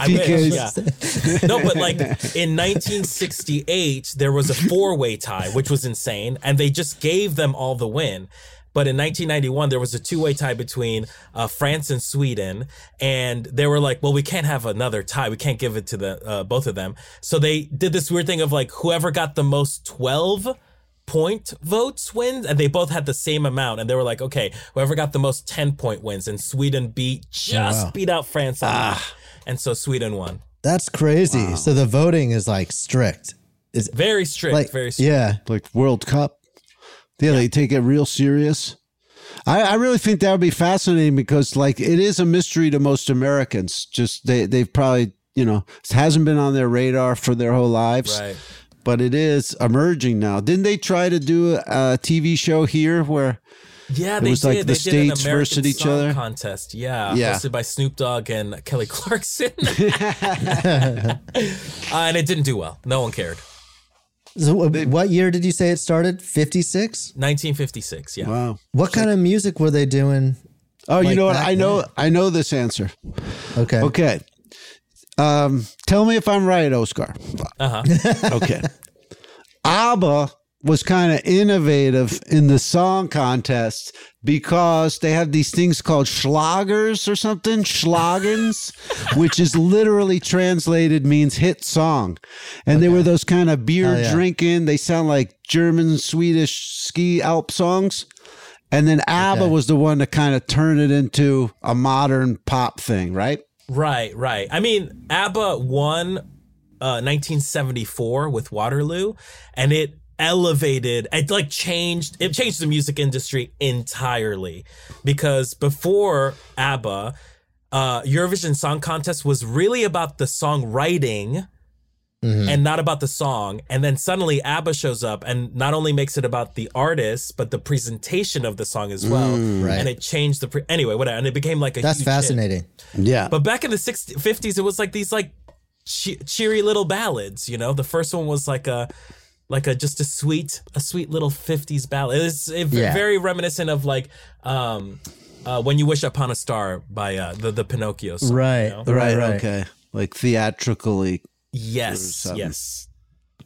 I wish, yeah. No, but like in 1968, there was a four way tie, which was insane, and they just gave them all the win. But in 1991, there was a two way tie between uh, France and Sweden, and they were like, "Well, we can't have another tie. We can't give it to the uh, both of them." So they did this weird thing of like whoever got the most 12 point votes wins and they both had the same amount and they were like okay whoever got the most 10 point wins and sweden beat just wow. beat out france on that. and so sweden won That's crazy. So the voting is like strict. Is very strict like very strict yeah. Like World Cup. Yeah, they take it real serious. I, I really think that would be fascinating because, like, it is a mystery to most Americans. Just they they've probably you know it hasn't been on their radar for their whole lives. right But it is emerging now. Didn't they try to do a TV show here where yeah It they was did like the they did an states American versus each Song other. contest yeah, Yeah. hosted by snoop dogg and kelly clarkson Uh, and it didn't do well no one cared So wh- what year did you say it started? Fifty six. 1956 yeah wow What kind of music were they doing? Oh, you like know what? back I know. I know this answer. Okay. Okay. Um, tell me if I'm right, Oscar. uh-huh Okay. ABBA was kind of innovative in the song contest because they have these things called schlagers or something, schlagens, which is literally translated means hit song. And they were those kind of beer Hell yeah. drinking, they sound like German, Swedish ski Alp songs. And then ABBA was the one to kind of turn it into a modern pop thing, right? Right, right. I mean, ABBA won uh, 1974 with Waterloo, and it elevated, it like changed, it changed the music industry entirely. Because before ABBA, uh, Eurovision Song Contest was really about the songwriting Mm-hmm. and not about the song. And then suddenly ABBA shows up and not only makes it about the artist, but the presentation of the song as well. Mm, right. And it changed the, pre- anyway, whatever. And it became like a That's huge hit. fascinating. Yeah. But back in the 60s, 50s, it was like these like che- cheery little ballads. You know, the first one was like a like a just a sweet a sweet little fifties ballad. It's it, Yeah. very reminiscent of like um uh, when you wish upon a star by uh, the the Pinocchio song. you Right, know? right, okay. Like theatrically. or Yes. something. Yes.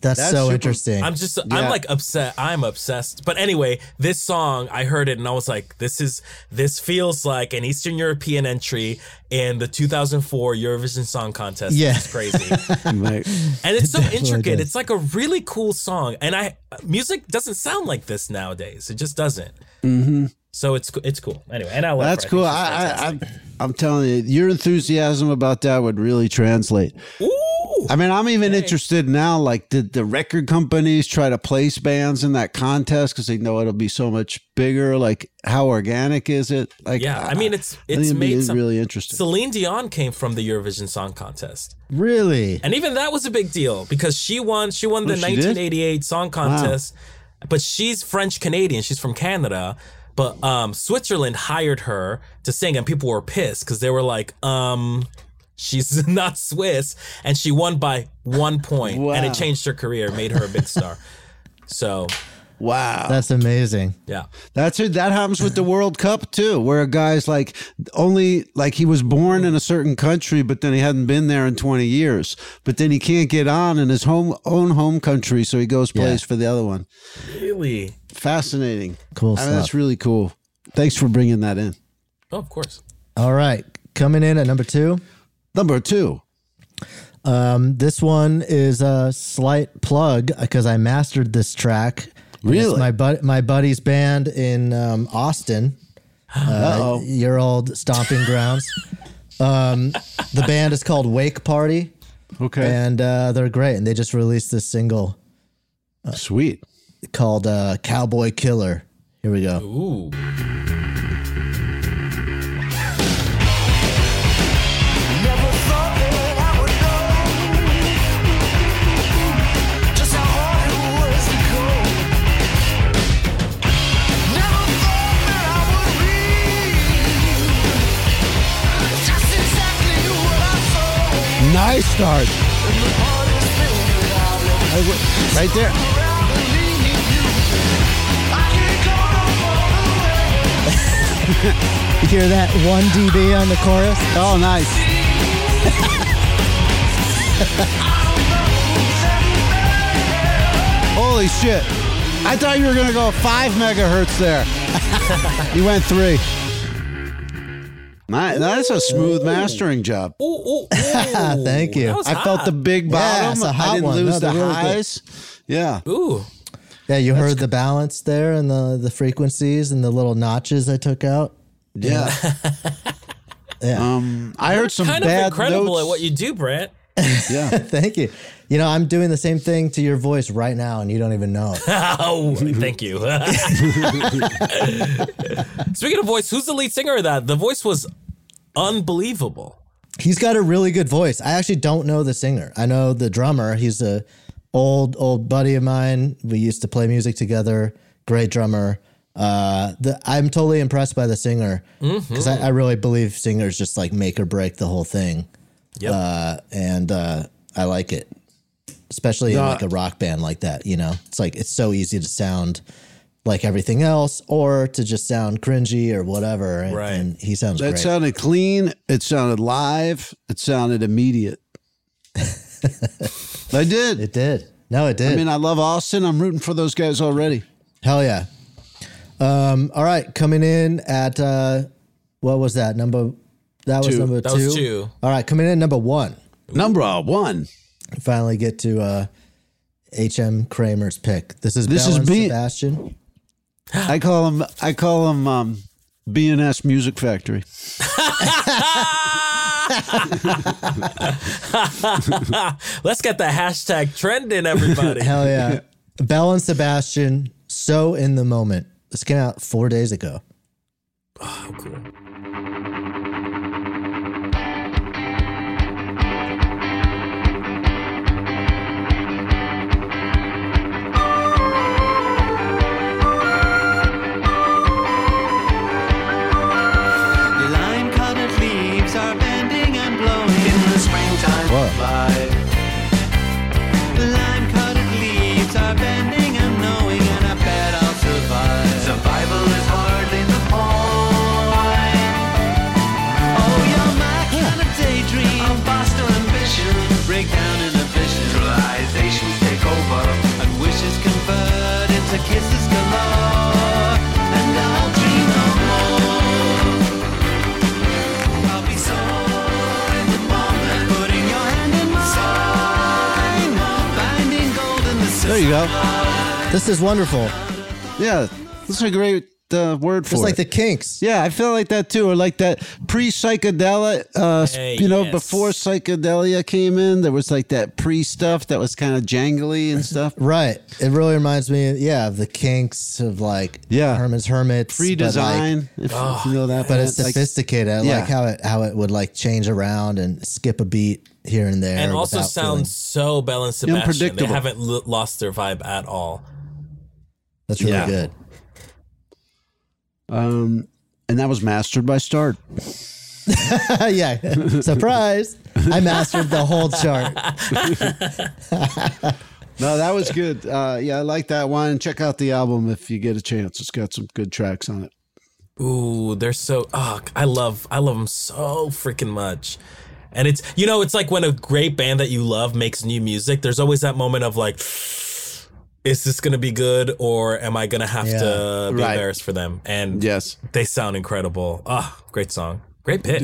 That's, so interesting. I'm just Yeah. I'm like upset. I'm obsessed. But anyway, this song I heard it and I was like, this is this feels like an Eastern European entry in the 2004 Eurovision Song Contest. Yeah. it's crazy. right. And it's so It definitely intricate. does. It's like a really cool song. And I music doesn't sound like this nowadays. It just doesn't. Mm-hmm. So it's it's cool. Anyway, and I love That's her. I think cool. she's I, I, fantastic. I'm, I'm telling you, your enthusiasm about that would really translate. I mean, I'm even interested now. Like, did the record companies try to place bands in that contest because they know it'll be so much bigger? Like, how organic is it? Like, yeah, I mean it's I think it's it'd be made some, really interesting. Celine Dion came from the Eurovision Song Contest. Really? And even that was a big deal because she won she won the Oh, she did? 1988 song contest, but she's French Canadian, she's from Canada, but um Switzerland hired her to sing and people were pissed cuz they were like um she's not Swiss and she won by 1 point and Wow. it changed her career, made her a big star. so wow. That's amazing. yeah. That's it. That happens with the World Cup too, where a guy's like only like he was born in a certain country, but then he hadn't been there in twenty years. But then he can't get on in his home own home country, so he goes plays for the other one. Really? Fascinating. Cool I mean, that's stuff. really cool. Thanks for bringing that in. Oh, of course. All right, coming in at number two. Number two. Um, this one is a slight plug because I mastered this track. And it's Really? my bud, my buddy's band in um, Austin. Uh, Uh-oh. your old stomping grounds. um, the band is called Wake Party. Okay. and uh, they're great, and they just released this single. Uh, Sweet. Called uh, Cowboy Killer. Here we go. Ooh. Never thought that I would know just how hard it was to go. Never thought that I would read just exactly what I saw. Nice start. I w- Right there. You hear that one dB on the chorus? Oh, nice. Holy shit. I thought you were going to go five megahertz there. you went three. Ni- That's a smooth mastering job. Thank you. I felt the big Yeah, bottom. it's a hot I didn't one. No, lose they're the really good. highs. Yeah. Ooh. Yeah, you heard the balance there and the the frequencies and the little notches I took out. Yeah. Yeah. Um, I heard some Kind of bad incredible notes. at what you do, Brent. Yeah. Thank you. You know, I'm doing the same thing to your voice right now and you don't even know. it. oh, thank you. Speaking of voice, who's the lead singer of that? The voice was unbelievable. He's got a really good voice. I actually don't know the singer. I know the drummer. He's a old old buddy of mine. We used to play music together. Great drummer. Uh, the, I'm totally impressed by the singer because I, I really believe singers just like make or break the whole thing. Yep. Uh, and uh, I like it, especially in Uh, like a rock band like that. You know, it's like it's so easy to sound like everything else, or to just sound cringy or whatever. And, Right. and he sounds That great. sounded clean. It sounded live. It sounded immediate. I did. it did. No, it did. I mean, I love Austin. I'm rooting for those guys already. Hell yeah. Um, all right, coming in at uh, what was that number? That was Two. number That two. was two. All right, coming in at number one. Number uh, one. Finally, get to uh, H.M. Kramer's pick. This is This this is is B- Sebastian. I call him. I call him um, BNS Music Factory. Let's get the hashtag trending, everybody. Hell yeah, Bell and Sebastian. So in the moment. This came out four days ago. Oh, cool. Lime colored leaves are bending and blowing in the springtime. Whoa. Vibe. There you go. This is wonderful. Yeah, this is a great uh, word for Just like it. the Kinks. Yeah, I feel like that too, or like that pre psychedelic. Uh, Hey, you know, yes. before psychedelia came in, there was like that pre stuff that was kind of jangly and stuff. Right. It really reminds me, yeah, of the Kinks of like yeah. Herman's Hermits, but, like- Pre-design, if you Oh, know that But band, it's like- sophisticated. I Yeah. like how it how it would like change around and skip a beat here and there, and also without sounds feeling- so balanced. Sebastian. Unpredictable. They haven't l- lost their vibe at all. That's really Yeah. good. Um, and that was mastered by Start. yeah, surprise! I mastered the whole chart. No, that was good. Uh, yeah, I like that one. Check out the album if you get a chance. It's got some good tracks on it. Ooh, they're so. Oh, I love, I love them so freaking much. And it's, you know, it's like when a great band that you love makes new music. There's always that moment of like, is this gonna be good, or am I gonna have to Yeah. be Right. embarrassed for them? And yes, they sound incredible. Ah, great song, great pick.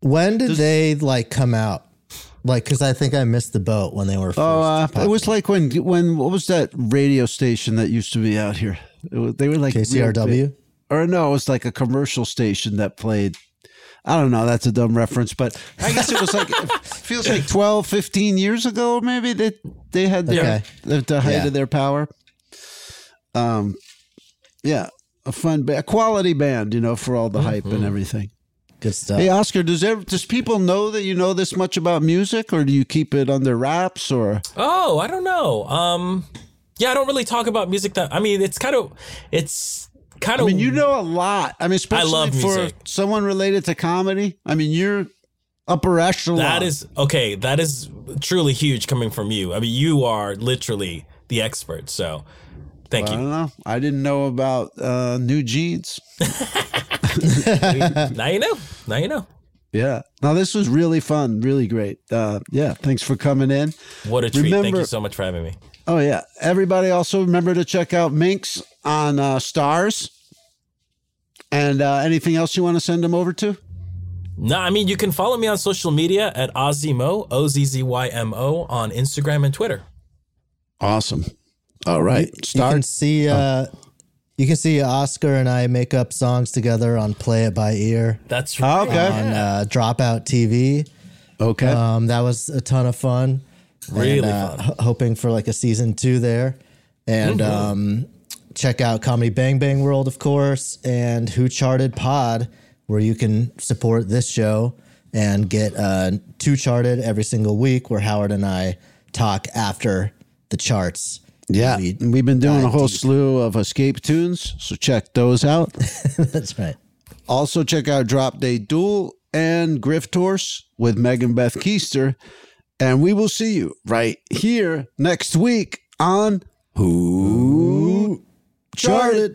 When did they like come out? Like, because I think I missed the boat when they were. Oh, uh, it was like when when what was that radio station that used to be out here? It wa- they were like real KCRW? big- or no, it was like a commercial station that played. I don't know. That's a dumb reference, but I guess it was like it feels like 12, 15 years ago. Maybe they they had their the, the height Yeah. of their power. Um, yeah, a fun, ba- a quality band, you know, for all the hype and everything. Good stuff. Hey uh, Oscar, does ever, does people know that you know this much about music, or do you keep it under wraps, or? Oh, I don't know. Um, yeah, I don't really talk about music that. I mean, it's kind of, it's kind of. I mean, you know a lot. I mean, especially love for music. someone related to comedy. I mean, you're upper echelon. That is okay. That is truly huge coming from you. I mean, you are literally the expert. So, thank Well, I you. don't know. I didn't know about uh, new jeans. now you know. Now you know. Yeah. Now this was really fun. Really great. Uh, yeah. Thanks for coming in. What a treat! thank you Remember- so much for having me. Oh yeah. Everybody also remember to check out Minx on uh, Stars. And uh, anything else you want to send them over to? No, I mean you can follow me on social media at Ozzymo O Z Z Y M O on Instagram and Twitter. Awesome. All right. You can see. Oh. Uh, You can see Oscar and I make up songs together on Play It By Ear. That's right. Ah, Okay. On uh, Dropout TV. Okay. Um, that was a ton of fun. Really And, uh, h- hoping for like a season two there. And Mhm. um, check out Comedy Bang Bang World, of course, and Who Charted Pod, where you can support this show and get uh, two charted every single week, where Howard and I talk after the charts. Yeah, and we've been doing a whole slew of escape tunes, so check those out. That's right. Also, check out Drop Day Duel and Grift Horse with Megan Beth Keister. And we will see you right here next week on Who Charted.